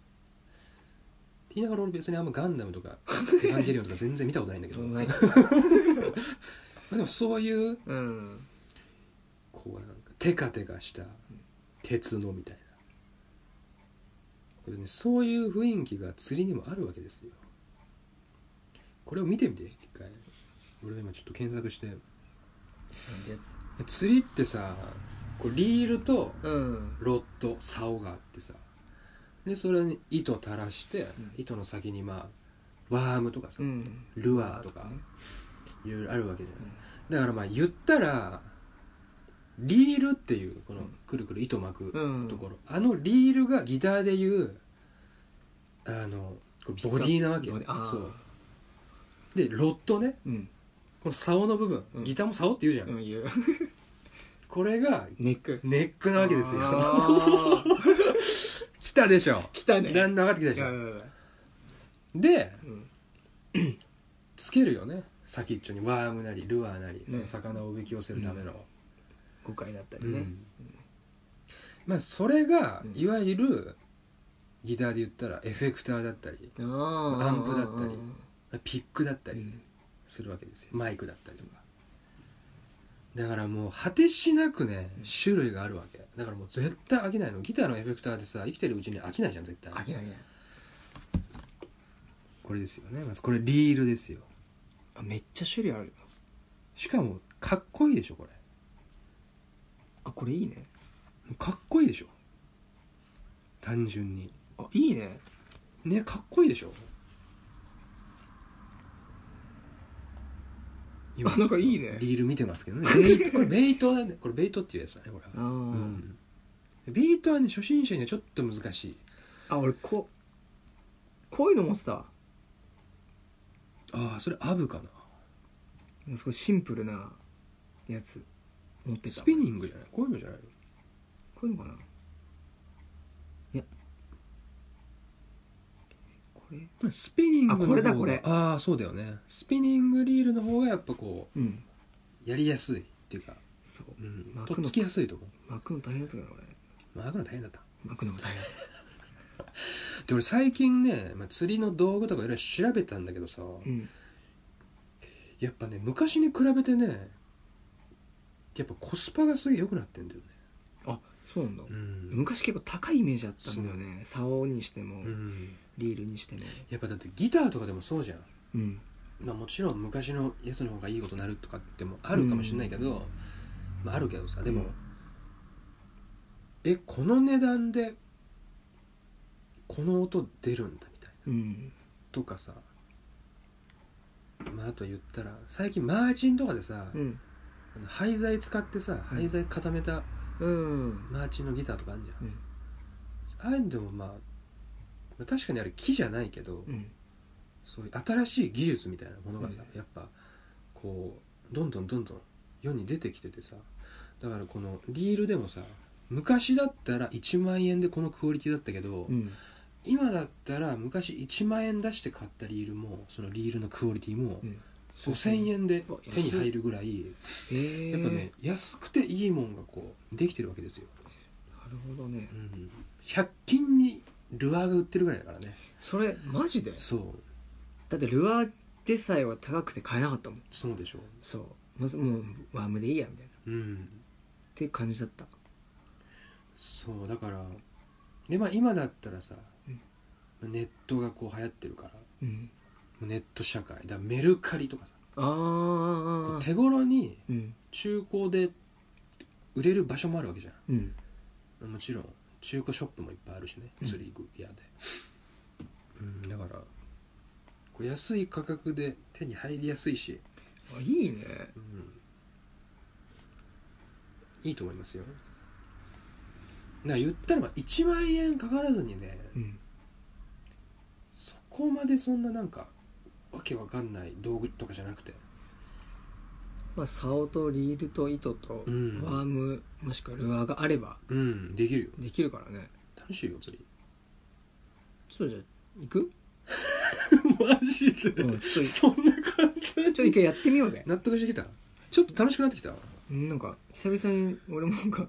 Speaker 2: 言いながら俺別にあんまガンダムと かエヴァンゲリオンとか全然見たことないんだけ
Speaker 1: そ
Speaker 2: ど、
Speaker 1: うな
Speaker 2: ま
Speaker 1: い
Speaker 2: あ、でもそういう
Speaker 1: うん
Speaker 2: こうなんかテカテカした鉄のみたいなこれ、ね、そういう雰囲気が釣りにもあるわけですよこれを見てみて一回俺が今ちょっと検索して
Speaker 1: なんてやつ
Speaker 2: 釣りってさこうリールと
Speaker 1: うん
Speaker 2: ロッド竿があってさでそれに糸垂らして、
Speaker 1: ん
Speaker 2: 糸の先にまあワームとかさ、
Speaker 1: うん
Speaker 2: ルアーとか
Speaker 1: ね
Speaker 2: いろいろあるわけじゃ
Speaker 1: うん
Speaker 2: ないだからまあ言ったらリールっていうこのくるくる糸巻く
Speaker 1: うん
Speaker 2: ところ、あのリールがギターでいうあのこれボディなわけ
Speaker 1: ボディあー
Speaker 2: そうでロッドね
Speaker 1: うん
Speaker 2: この竿の部分、
Speaker 1: うん
Speaker 2: ギターも竿って言うじゃん、
Speaker 1: うん言う
Speaker 2: これが
Speaker 1: ネック
Speaker 2: ネックなわけですよ
Speaker 1: あー
Speaker 2: 来たでしょ
Speaker 1: 来たね
Speaker 2: だんだん上がってきたでし
Speaker 1: う
Speaker 2: ょ
Speaker 1: ん
Speaker 2: で
Speaker 1: うん
Speaker 2: つけるよね先っちょにワームなりルアーなり、
Speaker 1: ね
Speaker 2: その魚をおびき寄せるための、
Speaker 1: 誤解だったり
Speaker 2: うん
Speaker 1: ね
Speaker 2: まあそれが
Speaker 1: うん
Speaker 2: いわゆるギターで言ったらエフェクターだったり
Speaker 1: あー
Speaker 2: アンプだったりピックだった
Speaker 1: う
Speaker 2: り
Speaker 1: ん
Speaker 2: するわけですよ、マイクだったりとかだからもう果てしなくね種類があるわけだからもう絶対飽きないのギターのエフェクターでさ生きてるうちに飽きないじゃん絶対
Speaker 1: あげないね
Speaker 2: これですよねまずこれリールですよ
Speaker 1: あめっちゃ種類ある
Speaker 2: しかもかっこいいでしょこれ
Speaker 1: あこれいいね
Speaker 2: かっこいいでしょ単純に
Speaker 1: あいいね
Speaker 2: ねかっこいいでしょ今
Speaker 1: あなんかいいね
Speaker 2: リール見てますけ どねベイトこれベイトだねこれベイトっていうやつだねこれ
Speaker 1: あー、
Speaker 2: は、うん、ベイトはね初心者にはちょっと難しい
Speaker 1: あ俺ここういうの持ってた
Speaker 2: ああそれアブか
Speaker 1: すごいシンプルなやつ持って
Speaker 2: な
Speaker 1: た
Speaker 2: スピニングじゃないこういうのじゃない
Speaker 1: こういうのかないやこれ
Speaker 2: のスピニングの方が
Speaker 1: あこれだこれ
Speaker 2: ああそうだよねスピニングリールの方がやっぱこ
Speaker 1: うん
Speaker 2: うやりやすいっていうか、
Speaker 1: そう
Speaker 2: うん
Speaker 1: 巻く
Speaker 2: と
Speaker 1: の
Speaker 2: っつきやすいと思
Speaker 1: 巻くの大変だったから俺
Speaker 2: うまあだから大変だった
Speaker 1: 巻くのが大変
Speaker 2: で俺最近ね、まあ、釣りの道具とかいろいろ調べたんだけどさ、
Speaker 1: うん
Speaker 2: やっぱね昔に比べてねやっぱコスパがすげえ良くなってんだよね
Speaker 1: あそうなんだ、
Speaker 2: うん、
Speaker 1: 昔結構高いイメージあったんだよね竿にしても、
Speaker 2: うん、
Speaker 1: リールにしても
Speaker 2: やっぱだってギターとかでもそうじゃん
Speaker 1: うん
Speaker 2: まあもちろん昔のやつの方がいいことになるとかってもあるかもしれないけど、まああるけどさでも、
Speaker 1: うん
Speaker 2: えこの値段でこの音出るんだみたいな
Speaker 1: うん
Speaker 2: とかさまああと言ったら最近マーチンとかでさ、
Speaker 1: うん
Speaker 2: あの廃材使ってさ
Speaker 1: うん
Speaker 2: 廃材固めた
Speaker 1: うん
Speaker 2: マーチンのギターとかあるじゃん、
Speaker 1: うん
Speaker 2: ああいうのでもまあまあ確かにあれ木じゃないけど、
Speaker 1: うん
Speaker 2: そういう新しい技術みたいなものがさ、やっぱこうどんどんどんどん世に出てきててさだからこのリールでもさ昔だったら1万円でこのクオリティだったけど、
Speaker 1: うん
Speaker 2: 今だったら昔1万円出して買ったリールもそのリールのクオリティも
Speaker 1: うん
Speaker 2: 5000円で
Speaker 1: うわ
Speaker 2: 手に入るぐらい
Speaker 1: えー、
Speaker 2: やっぱね安くていいもんがこうできてるわけですよ、
Speaker 1: なるほどね
Speaker 2: うん、100均にルアーが売ってるぐらいだからね
Speaker 1: それマジで
Speaker 2: そう
Speaker 1: だってルアーでさえは高くて買えなかったもん
Speaker 2: そうでしょ
Speaker 1: そうまずもうワームでいいやみたいなっ
Speaker 2: ううん
Speaker 1: て感じだった
Speaker 2: そうだからでまあ今だったらさ、
Speaker 1: うん
Speaker 2: ネットがこう流行ってるからも
Speaker 1: うん
Speaker 2: うネット社会だからメルカリとかさ
Speaker 1: あー
Speaker 2: こう
Speaker 1: あーあー
Speaker 2: 手頃に
Speaker 1: うん
Speaker 2: 中古で売れる場所もあるわけじゃ
Speaker 1: うん
Speaker 2: んもちろん中古ショップもいっぱいあるしね
Speaker 1: うん
Speaker 2: 釣り具屋で、うん、だからこう安い価格で手に入りやすいし、
Speaker 1: あいいね
Speaker 2: うん、いいと思いますよだから言ったらまあ1万円かからずにね、
Speaker 1: うん
Speaker 2: そこまでそんななんかわけわかんない道具とかじゃなくて
Speaker 1: まあ竿とリールと糸とワ
Speaker 2: うん
Speaker 1: ームもしくはルアーがあれば
Speaker 2: うんできるよ
Speaker 1: できるからね
Speaker 2: 楽しいよ釣り
Speaker 1: ちょっとじゃあ行く
Speaker 2: マジで、
Speaker 1: うんちょっと
Speaker 2: そんな簡単
Speaker 1: ちょっと一回やってみようぜ
Speaker 2: 納得してきたちょっと楽しくなってきた
Speaker 1: うんなんか久々に俺もなんか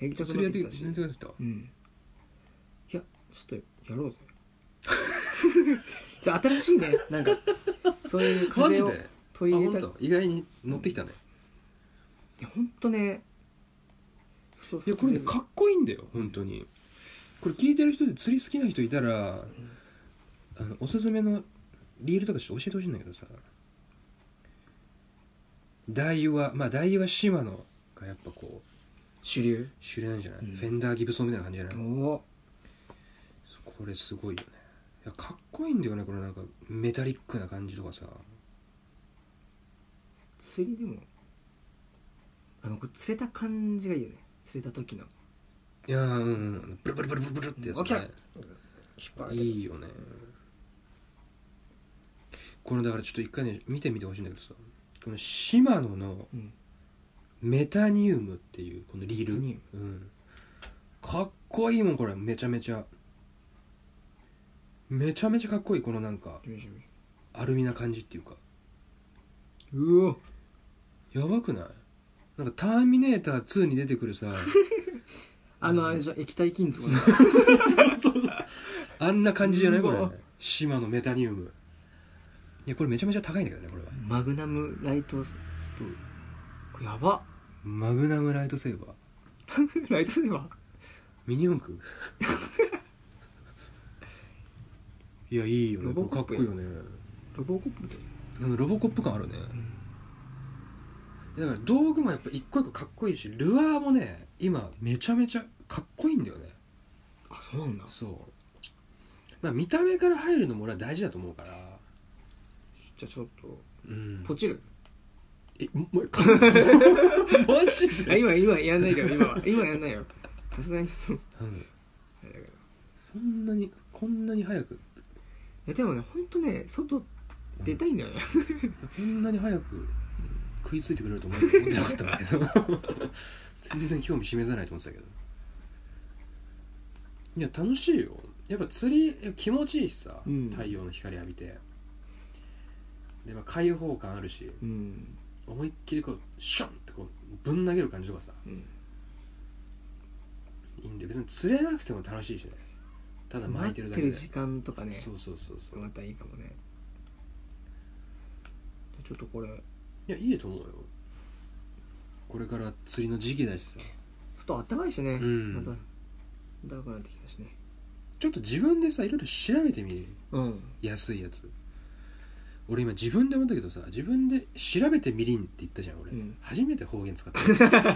Speaker 1: やりたく
Speaker 2: 釣
Speaker 1: な
Speaker 2: りや
Speaker 1: っ
Speaker 2: っ
Speaker 1: き
Speaker 2: ててき
Speaker 1: た
Speaker 2: た
Speaker 1: し
Speaker 2: 釣りやってきた
Speaker 1: うんいやちょっとやろう ぜちょっと新しいねなんかそういう
Speaker 2: マ
Speaker 1: 風
Speaker 2: ジ
Speaker 1: を
Speaker 2: で
Speaker 1: 取り入れ
Speaker 2: あ
Speaker 1: たい
Speaker 2: 本当意外に乗ってきたね、
Speaker 1: やほんとねそう
Speaker 2: いやこれね
Speaker 1: そう
Speaker 2: かっこいいんだよ本当にこれ聞いてる人で釣り好きな人いたらあのおすすめのリールとかちょっと教えてほしいんだけどさ大油はまあ大油はシマノがやっぱこう
Speaker 1: 主流
Speaker 2: 主流なんじゃない、
Speaker 1: うん
Speaker 2: フェンダーギブソンみたいな感じじゃ
Speaker 1: お
Speaker 2: ない、
Speaker 1: お
Speaker 2: これすごいよねいやかっこいいんだよねこれなんかメタリックな感じとかさ
Speaker 1: 釣りでもあのこれ釣れた感じがいいよね釣れた時の
Speaker 2: いやーうんうんブルブルブルブルブルってや
Speaker 1: うん
Speaker 2: つねいいよねこのだからちょっと一回ね見てみてほしいんだけどさこのシマノの
Speaker 1: うん
Speaker 2: メタニウムっていうこのリール
Speaker 1: メタニ
Speaker 2: うん、かっこいいもんこれめちゃめちゃめちゃめちゃかっこいいこのなんかアルミな感じっていうか
Speaker 1: うお
Speaker 2: やばくないなんか「ターミネーター2」に出て くるさ
Speaker 1: あのあれじゃ液体金属の
Speaker 2: あんな感じじゃないうこ
Speaker 1: わ
Speaker 2: れシマのメタニウムいやこれめちゃめちゃ高いんだけどねこれは
Speaker 1: マグナムライトスプーンこれやば
Speaker 2: マグナムライトセーバー
Speaker 1: ライトでは
Speaker 2: ミニ四駆 いやいいよね
Speaker 1: ロボコッ
Speaker 2: こ
Speaker 1: プ
Speaker 2: れかっこいいよね
Speaker 1: ロボコップみたい
Speaker 2: でもロボコップ感あるね
Speaker 1: な、
Speaker 2: だから道具もやっぱ一個一個かっこいいしルアーもね今めちゃめちゃかっこいいんだよね
Speaker 1: あそうなんだ
Speaker 2: そうまあ見た目から入るのも俺は大事だと思うから
Speaker 1: じゃあちょっと
Speaker 2: うん
Speaker 1: ポチる
Speaker 2: えもう一回 マジ
Speaker 1: あ
Speaker 2: で、
Speaker 1: 今今やんないよ今は今やんないよさすがにその
Speaker 2: うん
Speaker 1: あれだけど
Speaker 2: そんなにこんなに早く
Speaker 1: いやでもねほんとね外出たいんだよね、
Speaker 2: こんなに早く食いついてくれると思ってなかったね全然興味示さないと思ってたけどいや楽しいよやっぱ釣りいや気持ちいいしさ、
Speaker 1: うん
Speaker 2: 太陽の光浴びてで、まあ、開放感あるし
Speaker 1: うん
Speaker 2: 思いっきりこうシュンってこうぶん投げる感じとかさ
Speaker 1: うん
Speaker 2: いいんで別に釣れなくても楽しいしねただ巻いてるだけで、
Speaker 1: 待ってる時間とかね
Speaker 2: そうそうそうそう
Speaker 1: またいいかもねちょっとこれ
Speaker 2: いやいいと思うよこれから釣りの時期だしさ
Speaker 1: 外あったかいしね、
Speaker 2: うん
Speaker 1: また暖かくなってきたしね
Speaker 2: ちょっと自分でさいろいろ調べてみる
Speaker 1: うん
Speaker 2: 安いやつ俺今自分で思ったけどさ自分で調べてみりんって言ったじゃん俺、
Speaker 1: うん
Speaker 2: 初めて方 言使っ
Speaker 1: 確
Speaker 2: た
Speaker 1: か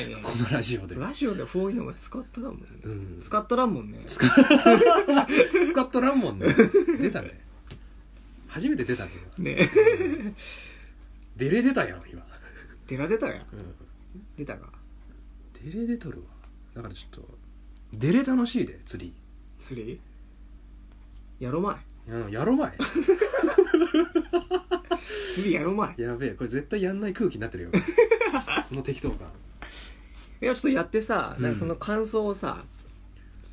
Speaker 1: にね
Speaker 2: このラジオで、
Speaker 1: ラジオでフォーインは使っとらんもんね、
Speaker 2: うん、
Speaker 1: 使っとらんもんね
Speaker 2: 使っとらんもん ね出たね初めて出たね
Speaker 1: ね
Speaker 2: 今デレ出たやん今、
Speaker 1: 出ら出たや
Speaker 2: うん、
Speaker 1: 出たか
Speaker 2: デレ出とるわだからちょっとデレ楽しいで釣り
Speaker 1: 釣りやろまい
Speaker 2: うんやろまい
Speaker 1: 釣りやろまい
Speaker 2: やべえこれ絶対やんない空気にな ってるよこの適当感
Speaker 1: いやちょっとやってさ、
Speaker 2: うん
Speaker 1: なんかその感想をさ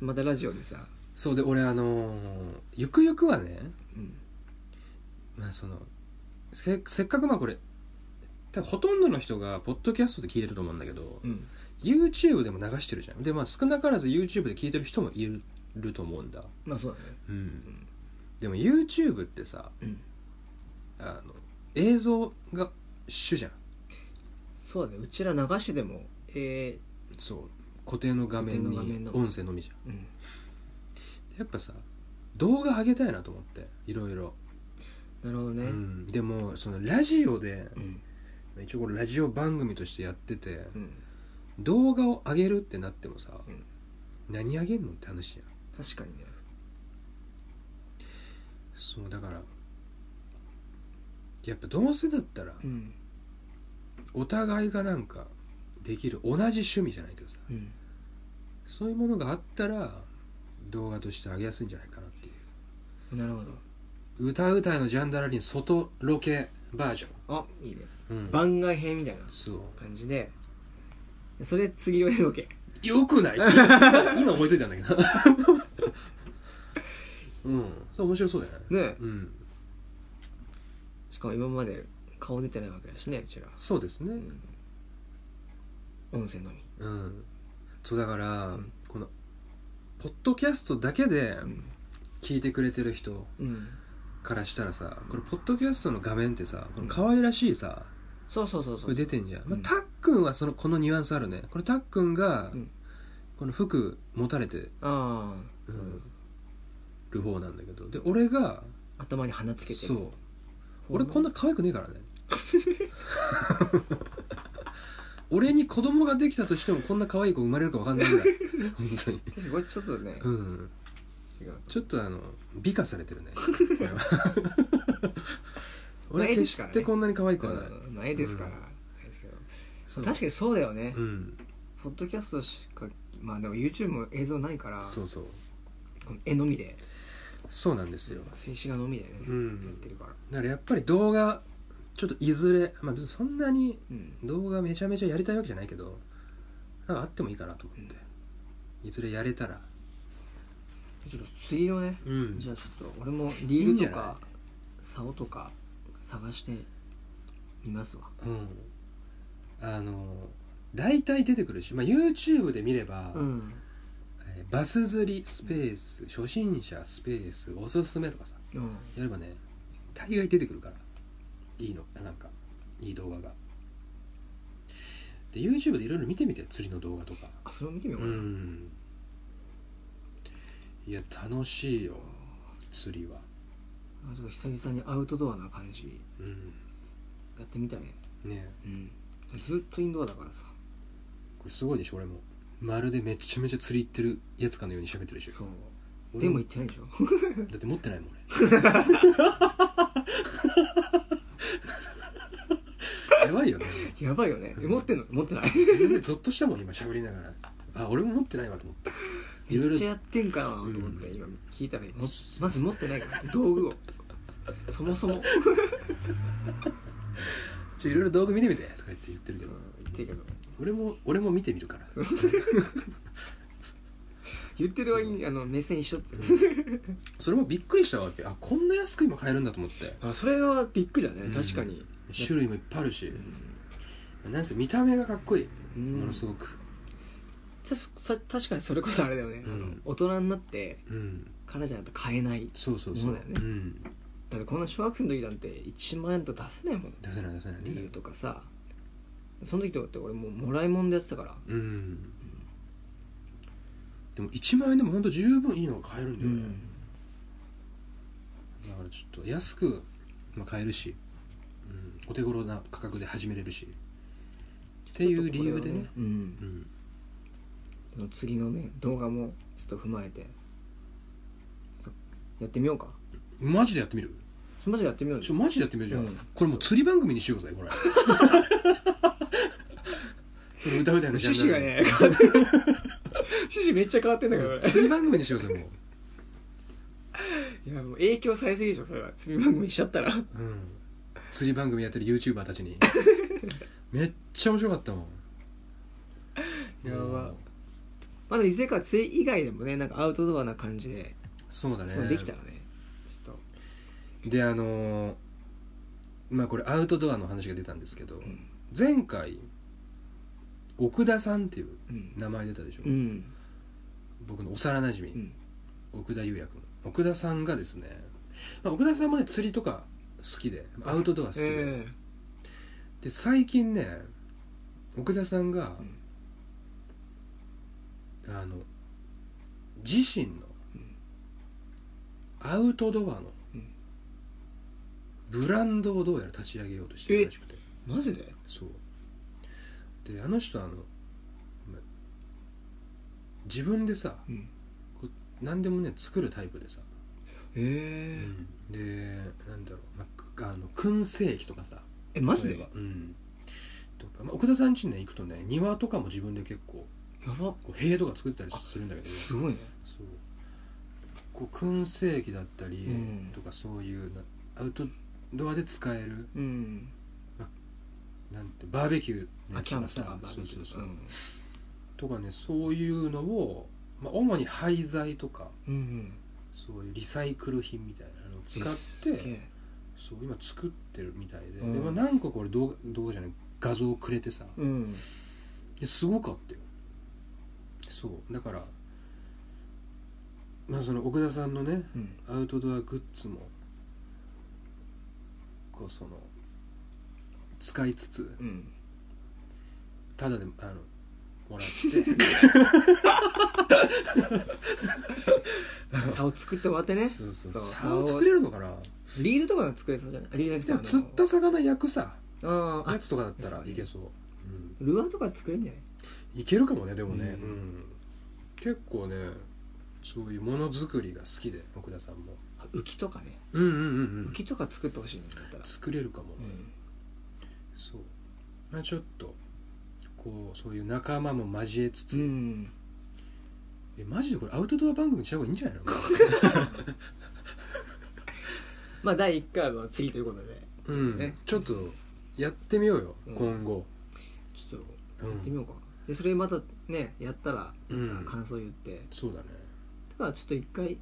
Speaker 1: またラジオでさ、
Speaker 2: そうで俺あのーゆくゆくはね
Speaker 1: うん、
Speaker 2: まあそのせせっかくまあこれ多分ほとんどの人がポッドキャストで聞いてると思うんだけど、
Speaker 1: うん、
Speaker 2: YouTube でも流してるじゃんでまあ少なからず YouTube で聞いてる人もいるると思うんだ、
Speaker 1: まあそうだね
Speaker 2: うん、でも YouTube ってさ
Speaker 1: うん
Speaker 2: あの映像が主じゃん
Speaker 1: そうだねうちら流してでもえ
Speaker 2: そう固定の画面
Speaker 1: 固定の画面
Speaker 2: に
Speaker 1: の
Speaker 2: 音声のみじゃん
Speaker 1: ー、うん
Speaker 2: でやっぱさ動画上げたいなと思っていろいろ、
Speaker 1: なるほど
Speaker 2: う
Speaker 1: ねうん、
Speaker 2: ん、でもそのラジオで
Speaker 1: うん
Speaker 2: 一応これラジオ番組としてやってて、動画を上げるってなってもさ、
Speaker 1: うん
Speaker 2: 何上げんのって話やん
Speaker 1: 確かにね
Speaker 2: そうだからやっぱどうせだったら
Speaker 1: うん
Speaker 2: お互いがなんかできる同じ趣味じゃないけどさ
Speaker 1: うん
Speaker 2: そういうものがあったら動画として上げやすいんじゃないかなってい
Speaker 1: なるほ
Speaker 2: う歌うたいのジャンダラリン外ロケバージ
Speaker 1: どあいいね
Speaker 2: ョン、うん、
Speaker 1: 番外編みたいな
Speaker 2: そう
Speaker 1: 感じでそれ次をやるわけ
Speaker 2: よくない 今思いついたんだけどうんそう面白そうだよね
Speaker 1: ね
Speaker 2: うん
Speaker 1: しかも今まで顔出てないわけだしねうちら、
Speaker 2: そうですね、
Speaker 1: うん、音声のみ
Speaker 2: うん、そうだから、
Speaker 1: ん
Speaker 2: このポッドキャストだけで
Speaker 1: うん
Speaker 2: 聞いてくれてる人
Speaker 1: うん
Speaker 2: からしたらさこれポッドキャストの画面ってさこ
Speaker 1: うん
Speaker 2: の可愛らしいさ
Speaker 1: そうそうそう
Speaker 2: こ
Speaker 1: そ
Speaker 2: れ
Speaker 1: う
Speaker 2: 出てんじゃん、ま
Speaker 1: う
Speaker 2: あ
Speaker 1: ん、
Speaker 2: たっくんはそのこのニュアンスあるねこれたっくんが、
Speaker 1: うん
Speaker 2: この服持たれて
Speaker 1: ああ、
Speaker 2: うんる方なんだけどで俺が
Speaker 1: 頭に鼻つけて
Speaker 2: そう俺こんな可愛くねえから ね俺に子供ができたとしてもこんな可愛い子生まれるか分かんな いぐらい本当に
Speaker 1: 確かにこれちょっとね、
Speaker 2: うん
Speaker 1: 違う
Speaker 2: ちょっとあの美化さ れてるねこれは俺は
Speaker 1: ないで
Speaker 2: 決
Speaker 1: すから
Speaker 2: し
Speaker 1: ね
Speaker 2: てこんなに可愛く
Speaker 1: う
Speaker 2: はない、
Speaker 1: んないですから、
Speaker 2: うん
Speaker 1: ないですけど
Speaker 2: そう
Speaker 1: 確かにそうだよね、
Speaker 2: うん
Speaker 1: ポッドキャストしかまあでも YouTube も映像ないから
Speaker 2: そうそう
Speaker 1: この絵のみで
Speaker 2: そうなんですよ
Speaker 1: 静止画のみでね、
Speaker 2: うん
Speaker 1: やってるから
Speaker 2: だからやっぱり動画ちょっといずれまあ別にそんなに
Speaker 1: うん
Speaker 2: 動画めちゃめちゃやりたいわけじゃないけどなんかあってもいいかなと思って、いずれやれたら
Speaker 1: ちょっと次のね、
Speaker 2: うん
Speaker 1: じゃあちょっと俺もリール
Speaker 2: いいんじゃ
Speaker 1: と
Speaker 2: な
Speaker 1: か竿とか探してみますわ
Speaker 2: うんあの大体出てくるし、まあ、YouTube で見れば、
Speaker 1: うん
Speaker 2: えーバス釣りスペース初心者スペースおすすめとかさ
Speaker 1: うん
Speaker 2: やればね大概出てくるからいいのなんかいい動画がで YouTube でいろいろ見てみて釣りの動画とか
Speaker 1: あそれを見てみよう
Speaker 2: う
Speaker 1: かな、
Speaker 2: んいや楽しいよ釣りは
Speaker 1: あちょっと久々にアウトドアな感じ
Speaker 2: うん
Speaker 1: やってみたいね
Speaker 2: ね
Speaker 1: うんずっとインドアだからさ
Speaker 2: これすごいでしょ俺もまるでめちゃめちゃ釣り行ってるやつかのように喋ってるでしょ
Speaker 1: そう
Speaker 2: 俺
Speaker 1: でも行ってないでしょ
Speaker 2: だって持ってないもんばいよね
Speaker 1: やばいよねえ持ってんの持ってない
Speaker 2: 自分でゾッとしたもん今喋りながらあ俺も持ってないわと思っていろい
Speaker 1: めっ
Speaker 2: ろ
Speaker 1: ちゃやってんかなと思って、
Speaker 2: うん
Speaker 1: 今聞いたらもまず持ってないから道具をそもそも
Speaker 2: ちょいろいろ動画見てみてとか言って言ってるけ
Speaker 1: うん
Speaker 2: ど
Speaker 1: 言ってるけど
Speaker 2: 俺も俺も見てみるから
Speaker 1: 言ってる割にあの目線一緒って
Speaker 2: それもびっくりしたわけあこんな安く今買えるんだと思って
Speaker 1: あそれはびっくりだね、
Speaker 2: うん
Speaker 1: 確かに
Speaker 2: 種類もいっぱいあるし、なんせ見た目がかっこいい、
Speaker 1: うん
Speaker 2: ものすごく
Speaker 1: ささ確かにそれこそあれだよね、
Speaker 2: うん
Speaker 1: あの大人になって
Speaker 2: うん
Speaker 1: からじゃないと買えない
Speaker 2: そうそうそう
Speaker 1: ものだよね
Speaker 2: うん、
Speaker 1: だってこんな小学生の時なんて1万円と出せないもん
Speaker 2: 出せない出せない
Speaker 1: ビール
Speaker 2: ね
Speaker 1: とかさその時とかって俺もうもらいもんでやってたから
Speaker 2: うんでも1万円でも本当十分いいのが買えるんだよね、だからちょっと安く、まあ、買えるし、うん、お手頃な価格で始めれるしっていう理由でね
Speaker 1: うん
Speaker 2: うん、
Speaker 1: その次のね動画もちょっと踏まえてちょっとやってみようか
Speaker 2: マジでやってみる
Speaker 1: そマジでやってみようよ
Speaker 2: ちょマジでやってみるじゃん、
Speaker 1: うん
Speaker 2: これもう釣り番組にしようぜ これこれ歌うたいな
Speaker 1: 趣旨がね 変わって趣旨めっちゃ変わってんだけど俺
Speaker 2: 釣り番組にしようぜも
Speaker 1: いやもう影響されすぎでしょそれは釣り番組しちゃったら
Speaker 2: う、うん、釣り番組やってる YouTuber たちにめっちゃ面白かったもん
Speaker 1: やばまだいずれかは釣り以外でもねなんかアウトドアな感じで
Speaker 2: そうだね
Speaker 1: そうできたらねちょっと
Speaker 2: であのーまあこれアウトドアの話が出たんですけど、
Speaker 1: ん
Speaker 2: 前回奥田さんっていう
Speaker 1: うん
Speaker 2: 名前出たでしょ、
Speaker 1: うん
Speaker 2: 僕の幼なじみ、
Speaker 1: うん
Speaker 2: 奥田優也君奥田さんがですね、まあ、奥田さんもね釣りとか好きでアウトドア好きで、
Speaker 1: え
Speaker 2: で最近ね奥田さんが、あの自身の
Speaker 1: うん
Speaker 2: アウトドアの
Speaker 1: うん
Speaker 2: ブランドをどうやら立ち上げようとしてるらしくて
Speaker 1: えマジで
Speaker 2: そうであの人はあのま自分でさ
Speaker 1: うん
Speaker 2: 何でもね作るタイプでさ、
Speaker 1: えー
Speaker 2: でなんだろう、まあ、あの燻製器とかさ
Speaker 1: えマジで
Speaker 2: 例え
Speaker 1: や
Speaker 2: ばうんとか、まあ、奥田さん家にね行くとね庭とかも自分で結構
Speaker 1: ば
Speaker 2: こう塀とか作ったりするんだけどね
Speaker 1: すごいね
Speaker 2: そうこう燻製器だったり
Speaker 1: うん
Speaker 2: とかそういうなアウトドアで使える
Speaker 1: うん
Speaker 2: なんてバーベキュー
Speaker 1: あ
Speaker 2: のやつ
Speaker 1: キ
Speaker 2: と
Speaker 1: ャン
Speaker 2: か
Speaker 1: プと
Speaker 2: さ
Speaker 1: かバー
Speaker 2: そ
Speaker 1: ベ
Speaker 2: う
Speaker 1: キ
Speaker 2: そ
Speaker 1: ュー
Speaker 2: う
Speaker 1: と
Speaker 2: そ
Speaker 1: か
Speaker 2: うとかねそういうのを、まあ、主に廃材とか
Speaker 1: うんうん
Speaker 2: そういうリサイクル品みたいなのを使
Speaker 1: す
Speaker 2: っ
Speaker 1: げ
Speaker 2: て
Speaker 1: え
Speaker 2: そう今作ってるみたいで,、
Speaker 1: うん
Speaker 2: でまあ、何個か俺動画動画じゃない画像をくれてさ
Speaker 1: うん
Speaker 2: ですごかったよそうだからまあその奥田さんのね
Speaker 1: うん
Speaker 2: アウトドアグッズもこうその使いつつ
Speaker 1: うん
Speaker 2: ただでもあのもらって
Speaker 1: 竿作ってもらって ね
Speaker 2: そうそう
Speaker 1: そう
Speaker 2: 竿を作れるのかな
Speaker 1: リールとか作れそうじゃないあリールじ
Speaker 2: で
Speaker 1: ゃな
Speaker 2: も
Speaker 1: くて
Speaker 2: 釣った魚焼くさ
Speaker 1: あのあー
Speaker 2: や
Speaker 1: あ
Speaker 2: つとかだったらいけそう、うん
Speaker 1: ルアーとか作れるんじゃない
Speaker 2: いけるかもねでもね、
Speaker 1: うん
Speaker 2: うん結構ねそういうものづくりが好きで奥田さんも
Speaker 1: あ浮きとかね
Speaker 2: うんうんうんう
Speaker 1: 浮
Speaker 2: ん
Speaker 1: きとか作ってほしいねだったら
Speaker 2: 作れるかも
Speaker 1: う
Speaker 2: ね、そう、まあ、ちょっとこうそういう仲間も交えつつ、
Speaker 1: んうん
Speaker 2: えマジでこれアウトドア番組にした方がいいんじゃないの
Speaker 1: まあ第1回は次 ということで
Speaker 2: うん、
Speaker 1: ね
Speaker 2: ちょっとやってみようよ、
Speaker 1: うん
Speaker 2: 今後
Speaker 1: ちょっとやってみようかでそれまたねやったらなんか感想言って
Speaker 2: そうだね
Speaker 1: だからちょっと一回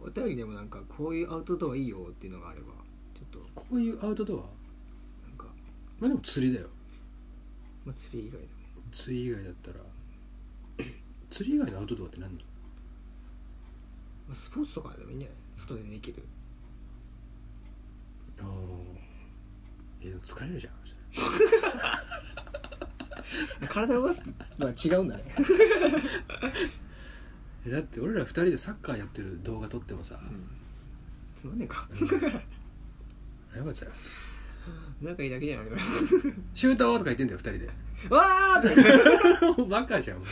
Speaker 1: お便りでもなんかこういうアウトドアいいよっていうのがあればちょっと
Speaker 2: こういうアウトドア
Speaker 1: なんか、
Speaker 2: まあでも釣りだよ
Speaker 1: まあ、釣り以外でも
Speaker 2: 釣り以外だったら釣り以外のアウトドアって何だ
Speaker 1: まあスポーツとかでもいいんじゃない外でできる
Speaker 2: ああえでも疲れるじゃん
Speaker 1: 体を動かすのは違うんだね
Speaker 2: えだって俺ら二人でサッカーやってる動画撮ってもさ、
Speaker 1: つまんねえか
Speaker 2: よかったよ
Speaker 1: 仲いいだけじゃないか
Speaker 2: シュートとか言ってんだよ二人で
Speaker 1: わーって
Speaker 2: バカじゃん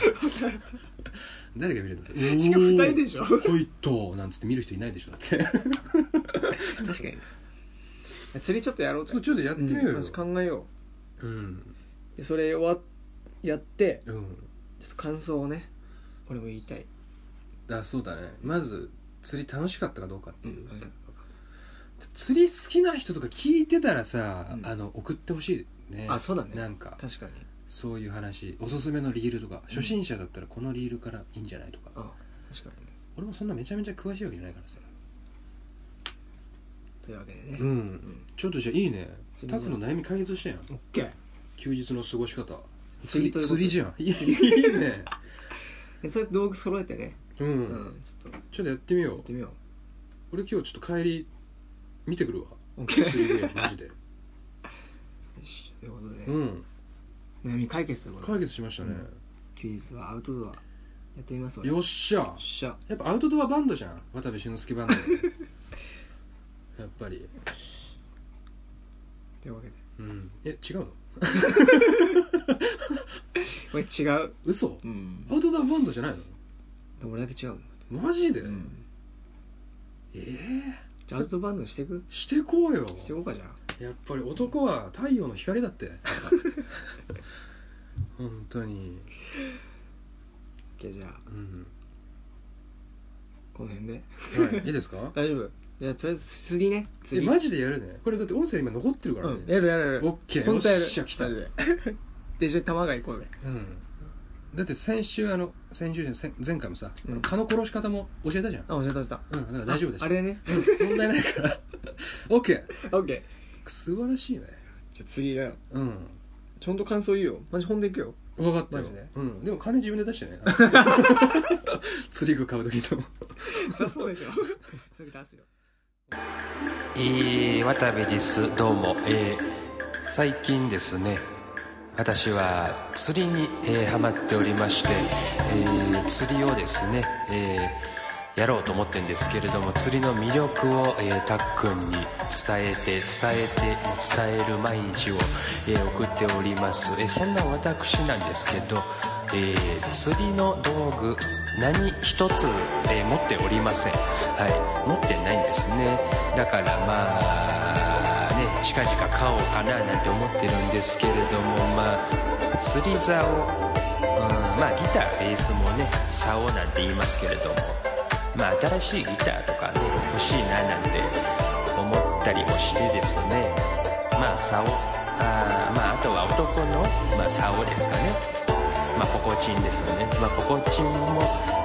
Speaker 2: 誰が見るんだ
Speaker 1: しかも2人で
Speaker 2: し
Speaker 1: しょ
Speaker 2: ょほいっとなんつって見る人いないでしょだって
Speaker 1: 確かに釣りちょっとやろうぜ
Speaker 2: そうちょっとやってみようよ
Speaker 1: んマジ考えよ
Speaker 2: うん
Speaker 1: でそれをやって
Speaker 2: うん
Speaker 1: ちょっと感想をね俺も言いたい、
Speaker 2: だそうだねまず釣り楽しかったかどうかって
Speaker 1: う、
Speaker 2: いうん
Speaker 1: あ、れ
Speaker 2: 釣り好きな人とか聞いてたらさ、
Speaker 1: うん
Speaker 2: あの送ってほしいね
Speaker 1: あそうだね
Speaker 2: なんか
Speaker 1: 確かに
Speaker 2: そういう話おすすめのリールとか初心者だったらこのリールからいいんじゃないとか、
Speaker 1: あ確かにね
Speaker 2: 俺もそんなめちゃめちゃ詳しいわけじゃないからさ
Speaker 1: というわけでね、
Speaker 2: うん、
Speaker 1: ん
Speaker 2: ちょっとじゃあいいね
Speaker 1: 釣りじ
Speaker 2: タ
Speaker 1: ゃん
Speaker 2: クの悩み解決したやん
Speaker 1: オッケー
Speaker 2: 休日の過ごし方釣
Speaker 1: 釣
Speaker 2: り
Speaker 1: りということ
Speaker 2: 釣
Speaker 1: で
Speaker 2: りじゃんいいいいね
Speaker 1: でそうやって道具揃えてね、
Speaker 2: うん、
Speaker 1: うんちょっとや
Speaker 2: ちょっとやってみよう
Speaker 1: ってみよ
Speaker 2: 俺今日ちょっと帰り見てくるわ
Speaker 1: う OK
Speaker 2: 釣りでマジで
Speaker 1: よしということで、
Speaker 2: うん
Speaker 1: 悩み解決ということ
Speaker 2: 解
Speaker 1: で
Speaker 2: 決しましたね、
Speaker 1: 休日はアウトドアやってみますわよ
Speaker 2: よ
Speaker 1: っ
Speaker 2: っしゃ
Speaker 1: しゃ
Speaker 2: やっぱアウトドアバンドじゃん渡部俊介 バンドだねやっぱり
Speaker 1: というわけで
Speaker 2: うんえ違うの
Speaker 1: これ違う
Speaker 2: 嘘
Speaker 1: うん
Speaker 2: アウトドアバンドじゃない
Speaker 1: 俺だけ違うの
Speaker 2: のマジで、
Speaker 1: うん
Speaker 2: ええ
Speaker 1: じゃあアウトバンドしてく
Speaker 2: してこうよ
Speaker 1: してこうかじゃあ
Speaker 2: やっぱり男は太陽の光だって 本当に
Speaker 1: OK じゃあ
Speaker 2: うん
Speaker 1: この辺で
Speaker 2: はいいいですか
Speaker 1: 大丈夫じゃあとりあえず次ね
Speaker 2: え
Speaker 1: 次
Speaker 2: マジでやるねこれだって音声今残ってるから
Speaker 1: うん
Speaker 2: ね
Speaker 1: やるやるやる
Speaker 2: オッケー
Speaker 1: 本当やる
Speaker 2: よっしゃ来た
Speaker 1: マジで で一緒に玉が行こうぜ
Speaker 2: うんだって先週あの先週じゃない先前回もさ、あ
Speaker 1: う
Speaker 2: の
Speaker 1: ん
Speaker 2: 蚊の殺し方も教えたじゃん
Speaker 1: あ教えた教えた
Speaker 2: うんだから大丈夫でしょ
Speaker 1: あれね
Speaker 2: 問題ないから OK
Speaker 1: オッケー
Speaker 2: 素晴らしいね
Speaker 1: じゃあ次だよ
Speaker 2: うん
Speaker 1: ちゃんと感想言うよマジ本でいくよ
Speaker 2: 分かったよ
Speaker 1: マジで
Speaker 2: うん、でも金自分で出してね釣り具買う時と
Speaker 1: そうでしょそれ出すよ
Speaker 3: えー、渡部ですどうもえー、最近ですね私は釣りに、えーハマっておりまして、えー釣りをですね、えーやろうと思ってるんですけれども釣りの魅力を、えーたっくんに伝えて伝えて伝える毎日を、えー送っております、えーそんな私なんですけど、えー釣りの道具何一つ、えー持っておりません、はい、持ってないんですねだからまあね近々買おうかななんて思ってるんですけれどもまあ釣り竿、うん、まあギターベースもね竿なんて言いますけれどもまあ新しいギターとかね欲しいななんて思ったりもしてですねまあ竿あーまああとは男の、まあ、竿ですかねまあ、ポコチンですよね、まあ、ポコチンも、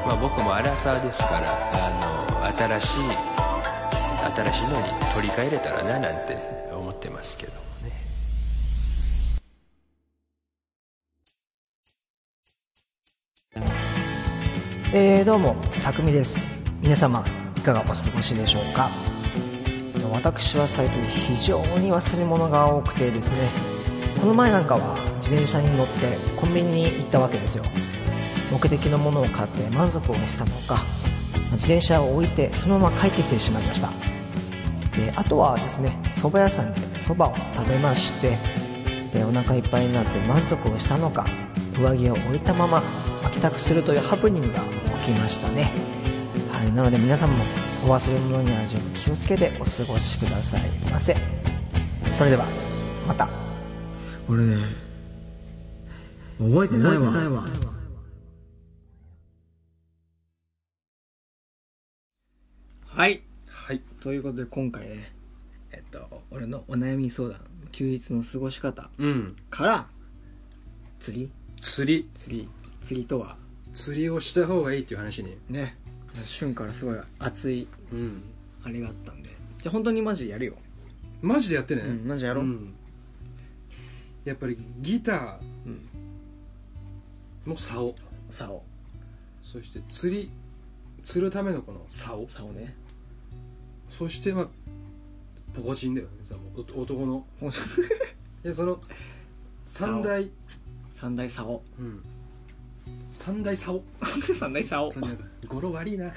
Speaker 3: まあ、僕もアラサーですからあの新しい新しいのに取り替えれたらななんて思ってますけどもね
Speaker 4: えーどうも、たくみです。皆様、いかがお過ごしでしょうか私は最近非常に忘れ物が多くてですね、この前なんかは自転車に乗ってコンビニに行ったわけですよ。目的のものを買って満足をしたのか、自転車を置いてそのまま帰ってきてしまいました。であとはですね、蕎麦屋さんで蕎麦を食べまして、でお腹いっぱいになって満足をしたのか上着を置いたまま帰宅するというハプニングが起きましたね、はい、なので皆さんもお忘れ物には十分気をつけてお過ごしくださいませそれではまた
Speaker 1: 俺ね覚えてないわはい
Speaker 2: はい
Speaker 1: ということで今回ねえっと俺のお悩み相談休日の過ごし方
Speaker 2: うん
Speaker 1: から釣り
Speaker 2: 釣り
Speaker 1: 釣り釣りとは
Speaker 2: 釣りをした方がいいっていう話に
Speaker 1: ね旬からすごい熱い
Speaker 2: うん
Speaker 1: あれがあったんでじゃあ本当にマジやるよ、
Speaker 2: マジでやってね、
Speaker 1: うん、マジやろう、
Speaker 2: んやっぱりギタ
Speaker 1: うん
Speaker 2: ーの竿
Speaker 1: 竿
Speaker 2: そして釣り釣るためのこの竿
Speaker 1: 竿ね
Speaker 2: そしてまあポコチンだよねそのお男 の
Speaker 1: ほん
Speaker 2: でその三大
Speaker 1: 三大竿
Speaker 2: うん三大竿
Speaker 1: 三大 竿
Speaker 2: そんな 語呂悪いな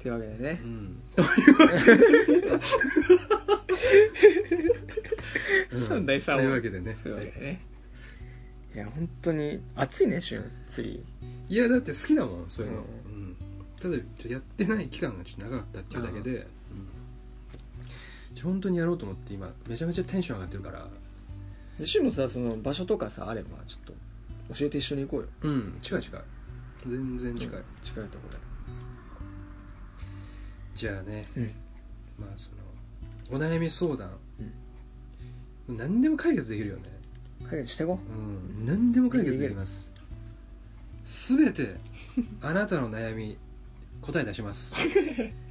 Speaker 1: というわけでね
Speaker 2: う、ん
Speaker 1: 三大竿
Speaker 2: というわけでね
Speaker 1: というわけでねいや本当に暑いね旬釣り
Speaker 2: いやだって好きだもんそういうの、
Speaker 1: うん
Speaker 2: うんただちょっとやってない期間がちょっと長かったっていうだけで、うん本当にやろうと思って今めちゃめちゃテンション上がってるから
Speaker 1: 私もさその場所とかさあればちょっと教えて一緒に行こうよ
Speaker 2: うん近い近い全然近い、
Speaker 1: 近いところ
Speaker 2: じゃあね
Speaker 1: でうん
Speaker 2: まあそのお悩み相談、何でも解決できるよね
Speaker 1: 解決してこ
Speaker 2: うん何でも解決できます全てあなたの悩み答え出 します、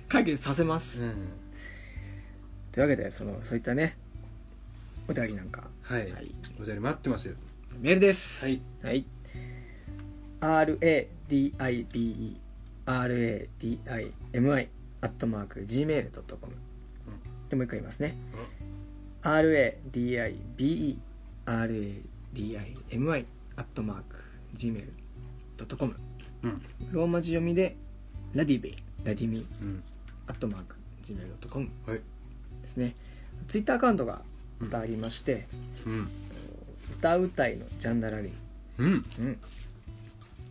Speaker 1: 解決させます、
Speaker 2: うん、
Speaker 1: というわけでそのそういったねお便りなんか
Speaker 2: はい、
Speaker 1: はい
Speaker 2: お便り待ってますよ
Speaker 1: メールです
Speaker 2: はい、
Speaker 1: はい、RADIBE RADIMI アットマーク Gmail.com でもう一回言いますね、RADIBE RADIMI アットマーク Gmail.com、
Speaker 2: うん
Speaker 1: ローマ字読みでラディベイラディミ
Speaker 2: うん、
Speaker 1: アットマーク Gmail.com
Speaker 2: はい
Speaker 1: ですねツイッターアカウントがまたありまして、
Speaker 2: うん
Speaker 1: 歌うたいのジャンダラリー
Speaker 2: うん
Speaker 1: うん。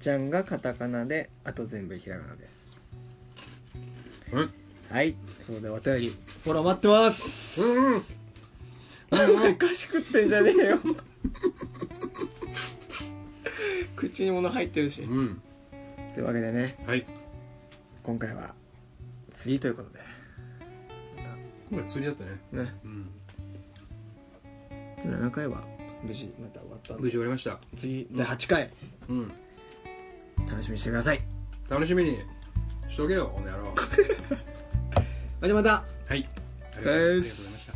Speaker 1: ちゃんがカタカナで、あと全部ひらがなです。
Speaker 2: はい
Speaker 1: はい。ということで、お便り、フォロー待ってます。
Speaker 2: うんうん
Speaker 1: おかしくってんじゃねえよ。 口に物入ってるし。
Speaker 2: うん
Speaker 1: というわけでね、
Speaker 2: はい
Speaker 1: 今回は、次ということ
Speaker 2: 今回釣りだったね
Speaker 1: で。ね。
Speaker 2: うん
Speaker 1: じゃあ7回は、無事、また終わったんで
Speaker 2: 無事終わりました
Speaker 1: 次、第8回、
Speaker 2: うん
Speaker 1: 楽しみにしてください。
Speaker 2: 楽しみに しとけよこの野郎
Speaker 1: じゃあまた
Speaker 2: はいありがとうありがとうございました